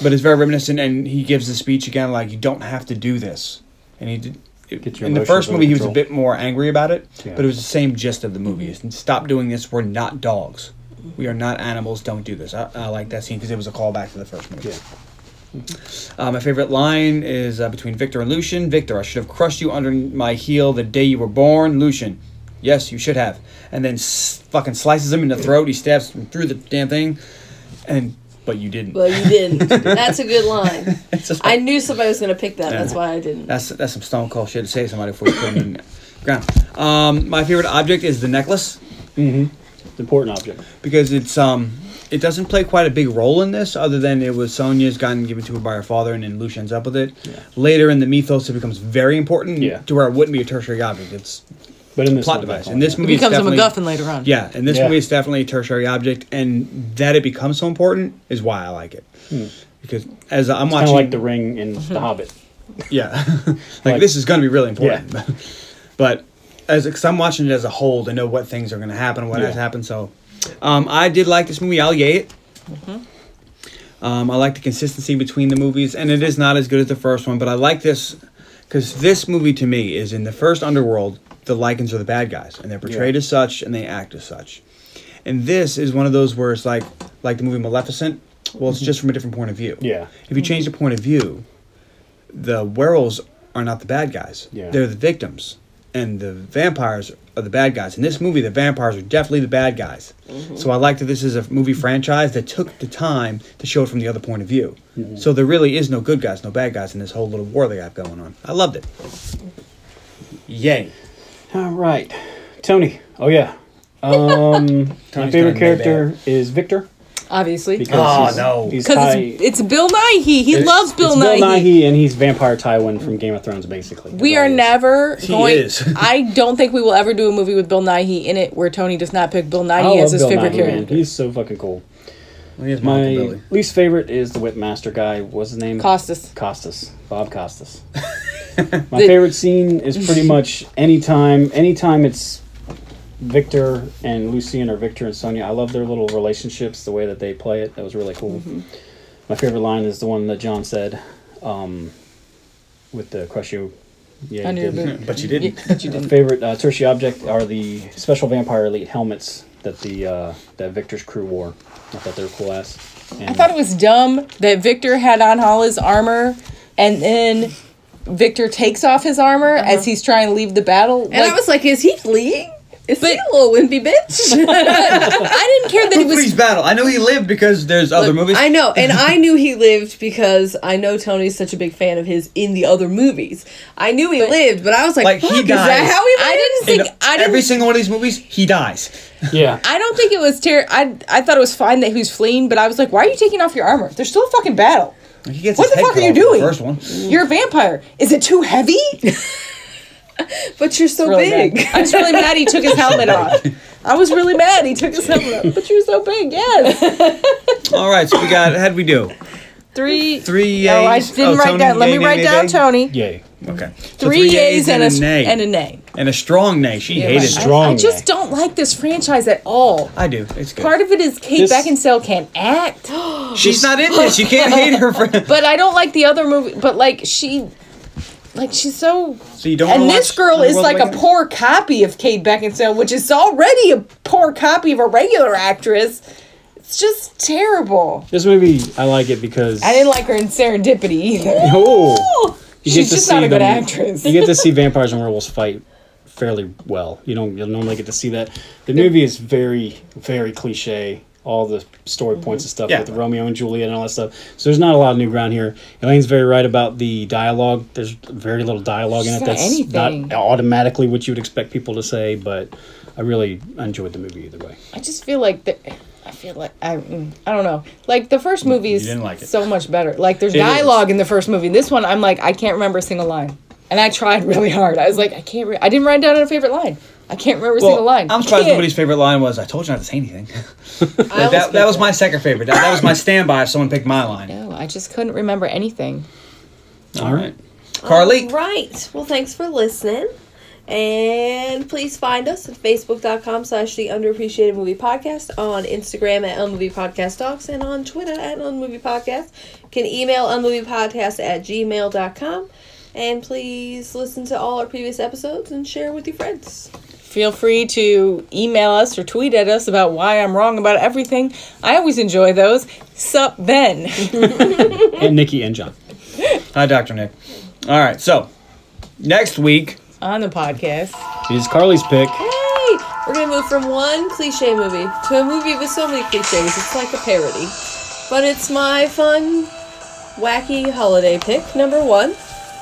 E: but it's very reminiscent, and he gives the speech again like you don't have to do this. And he did.
D: Get your
E: in the
D: emotions
E: first
D: under
E: movie, he was a
D: control.
E: bit more angry about it,
D: Yeah.
E: but it was the same gist of the movie. It's, Stop doing this. We're not dogs. We are not animals. Don't do this. I, I like that scene because it was a callback to the first movie. Uh, my favorite line is uh, between Victor and Lucian. Victor, I should have crushed you under my heel the day you were born. Lucian, yes, you should have. And then s- fucking slices him in the throat. He stabs him through the damn thing. And but you didn't.
C: Well, you didn't. That's a good
D: (laughs)
C: line.
E: It's just-
C: I knew somebody was going to pick that. That's why I didn't.
E: That's that's some stone cold shit to say to somebody before you put them in the ground. Um, my favorite object is the necklace
D: It's an important object.
E: because it's um it doesn't play quite a big role in this other than it was Sonya's gotten given to her by her father and then Lucia ends up with it. Later in the mythos it becomes very important
D: Yeah.
E: to where it wouldn't be a tertiary object. It's
D: But in this
E: plot
D: one,
E: device.
D: that's
E: In this
D: all
E: movie it's
B: becomes a
E: definitely-
B: MacGuffin later on.
E: Yeah, and this
D: Yeah.
E: movie is definitely a tertiary object and that it becomes so important is why I like it. Because as I'm
D: Kind
E: watching
D: of Hmm. like the
B: (laughs)
D: ring in The Hobbit.
E: yeah. (laughs) like,
D: Like-
E: this is going to be really important. (laughs) but as because I'm watching it as a whole to know what things are going to happen, what has
D: Yeah.
E: happened. So, um, I did like this movie. I'll yay it.
D: Mm-hmm.
E: Um, I like the consistency between the movies, and it is not as good as the first one. But I like this because this movie to me is in the first Underworld, the Lycans are the bad guys, and they're portrayed
D: Yeah.
E: as such, and they act as such. And this is one of those where it's like, like the movie Maleficent. Well, it's just from a different point of view.
D: Mm-hmm. Yeah. Mm-hmm.
E: If you change the point of view, the werewolves are not the bad guys.
D: Yeah.
E: They're the victims. And the vampires are the bad guys. In this movie, the vampires are definitely the bad guys.
B: Mm-hmm.
E: So I like that this is a movie franchise that took the time to show it from the other point of view.
B: Mm-hmm.
E: So there really is no good guys, no bad guys in this whole little war they got going on. I loved it. Yay.
D: All right, Tony. Oh yeah,
E: (laughs)
D: my
E: Tony's
D: favorite
E: gonna make
D: character is Victor.
B: Obviously.
E: Oh,
D: he's,
E: no.
D: he's
B: Because
D: Ty-
B: it's, it's Bill Nighy. He
D: it's-
B: loves Bill
D: it's
B: Nighy.
D: and he's Vampire Tywin from Game of Thrones, basically.
B: We
D: That's
B: are
D: all he is.
B: never going.
E: is.
B: I don't think we will ever do a movie with Bill Nighy in it where Tony does not pick Bill
D: I
B: Nighy
D: love
B: as his
D: Bill
B: favorite
D: Nighy, man.
B: character.
D: He's so fucking cool.
E: Well, here's my,
D: My
E: Uncle Billy.
D: least favorite is the Whipmaster guy. What's his name?
B: Costas.
D: Costas. Bob Costas. My favorite scene is pretty much anytime anytime it's Victor and Lucien or Victor and Sonia. I love their little relationships, the way that they play it. That was really cool. My favorite line is the one that John said um, with the crush you. Yeah,
B: Under
D: you
B: your
D: did.
B: boot.
E: But
B: (laughs)
E: you didn't.
B: But you didn't.
D: Favorite uh, tertiary object are the special vampire elite helmets that the uh, that Victor's crew wore. I thought they were cool ass. And
B: I thought it was dumb that Victor had on all his armor and then Victor takes off his armor as he's trying to leave the battle.
C: and I was like, is he fleeing? Is he a little wimpy (laughs) bitch?
B: I didn't care that it
E: (laughs) Please
B: was.
E: battle. I know he lived because there's other movies.
C: I know,
E: (laughs)
C: and I knew he lived because I know Tony's such a big fan of his in the other movies. I knew he lived, but I was like,
E: Like, he
C: Fuck, is that
E: dies.
C: how he
B: I didn't
C: lives?
B: think.
E: In
B: I didn't
E: every single one of these movies, he dies.
D: yeah,
B: I don't think it was ter I I thought it was fine that he was fleeing, but I was like, why are you taking off your armor? There's still a fucking battle.
E: He gets
B: What
E: his
B: the
E: head
B: fuck
E: cut
B: are you
E: off in the
B: doing?
E: First one.
B: You're a vampire. Is it too heavy?
C: But you're so
B: Really
C: big. (laughs)
B: bad. I was really mad he took his helmet off. I was really mad he took his helmet off. But you're so big, yes.
E: All right, so we got. How would we do?
B: Three.
E: Three
B: Oh, I
E: yays.
B: didn't
E: Oh,
B: write
E: Tony,
B: down. Let me
E: yay, nay,
B: write
E: nay,
B: down,
E: nay.
B: Tony.
D: yay.
E: Okay. So
B: Three,
E: yays
B: yays and a, s-
E: nay.
B: and a nay.
E: And a strong nay. She hated
B: I-
E: it.
D: strong
B: I, just
D: nay.
B: don't like this franchise at all.
E: I do. It's good.
B: Part of it is Kate
D: This-
B: Beckinsale can act.
E: She's not in this. You can't hate
B: (laughs)
E: her friend.
B: But I don't like the other movie. But like she, like she's so.
E: So you don't.
B: And
E: wanna
B: this
E: watch
B: girl
E: Oh, The
B: is
E: World
B: like a
E: Awakening?
B: poor copy of Kate Beckinsale, which is already a poor copy of a regular actress. It's just terrible.
D: This movie I like it because
B: I didn't like her in Serendipity either.
D: Oh,
B: (laughs)
D: You
B: She's
D: get to
B: just not
D: see
B: a good
D: them-
B: actress.
D: You get to see vampires and werewolves fight fairly well. You don't you'll normally get to see that. The movie is very very cliche. All the story points and stuff
E: Yeah.
D: with Romeo and Juliet and all that stuff. So there's not a lot of new ground here. Elaine's very right about the dialogue. There's very little dialogue in
B: She's
D: it.
B: not
D: That's
B: anything.
D: not automatically what you would expect people to say, but I really enjoyed the movie either way.
B: I just feel like the. I feel like I, mm, I don't know. Like the first movie is
E: didn't like it.
B: so much better. Like there's
E: It
B: dialogue in the first movie. This one, I'm like I can't remember a single line, and I tried really hard. I was like I can't. Re- I didn't write down a favorite line. I can't remember a
E: Well,
B: single line.
E: I'm surprised
B: Can't.
E: nobody's favorite line was, "I told you not to
B: (laughs)
E: say anything."
C: I
E: that, that, that was my second favorite. That, that was my standby. If someone picked my line.
B: No, I just couldn't remember anything.
E: All right, Carly.
C: Right. Well, thanks for listening. And please find us at facebook.com slash the underappreciated movie podcast, on Instagram at unmoviepodcastdocs, and on Twitter at unmoviepodcast. You can email unmoviepodcast at gmail.com. And please listen to all our previous episodes and share with your friends.
B: Feel free to email us or tweet at us about why I'm wrong about everything. I always enjoy those. Sup, Ben. (laughs)
D: and Nikki and John.
E: Hi, Dr. Nick. All right, so next week,
B: On the podcast.
D: It is Carly's pick.
C: Yay! We're gonna move from one cliche movie to a movie with so many cliches. It's like a parody. But it's my fun, wacky holiday pick. Number one,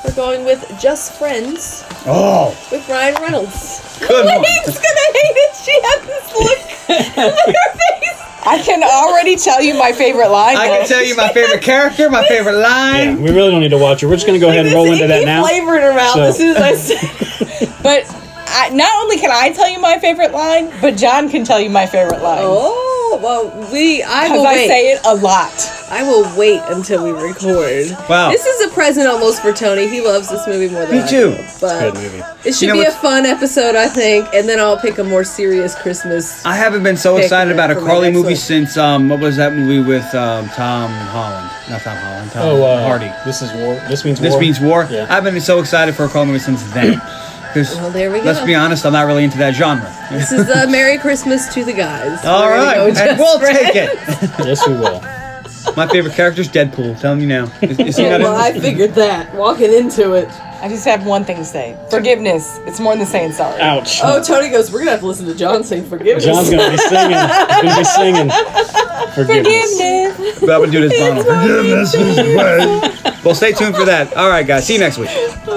C: we're going with Just Friends
E: oh,
C: with Ryan Reynolds. (laughs)
E: good one.
B: She's gonna hate it. She has this look.
J: I can already tell you my favorite line.
E: I can tell
B: (laughs)
E: you my favorite character, my favorite
D: Yeah,
E: line.
D: we really don't need to watch it. We're just going to go ahead and roll into that now.
C: Flavored around
D: So-
C: as soon as I said.
B: But I, not only can I tell you my favorite line,
J: but John can tell you my favorite line.
C: Oh well, we. I
J: Because
C: will
J: I
C: wait.
J: say it a lot.
C: I will wait until we record.
E: Wow.
C: This is a present almost for Tony. He loves this movie more than
E: Me
C: I
E: too.
C: do, But
D: Good movie.
C: It should
E: know
C: be a
E: what's-
C: fun episode, I think, and then I'll pick a more serious Christmas.
E: I haven't been so
C: Pick
E: excited about a
C: for my
E: Carly
C: next
E: movie
C: one.
E: since um, what was that movie with um, Tom Holland? Not Tom Holland. Tom
D: Oh, uh,
E: Hardy.
D: This is war. This means
E: This
D: war.
E: means war.
D: Yeah.
E: I've been so excited for a Carly movie since
D: (clears throat)
E: then. 'Cause
C: Well, there we
E: Let's
C: go.
E: be honest, I'm not really into that genre.
C: This is
E: (laughs)
C: uh, Merry Christmas to the guys.
E: All
C: We're gonna
E: right,
C: go
E: and
C: just
E: we'll
C: Friends.
E: take it.
D: Yes, we will.
E: My favorite character is Deadpool. Telling you now. Is,
C: (laughs)
E: is he not in
C: Well, I
E: this?
C: figured that walking into it.
J: I just have one thing to say. Forgiveness. It's more than saying sorry.
D: Ouch.
C: Oh, Tony goes. We're gonna have to listen to John sing forgiveness.
D: John's going to be singing. going to be singing.
C: (laughs)
D: Forgiveness.
E: But I would do this Donald. Forgiveness is way. Well, stay tuned for that. All right, guys. See you next week.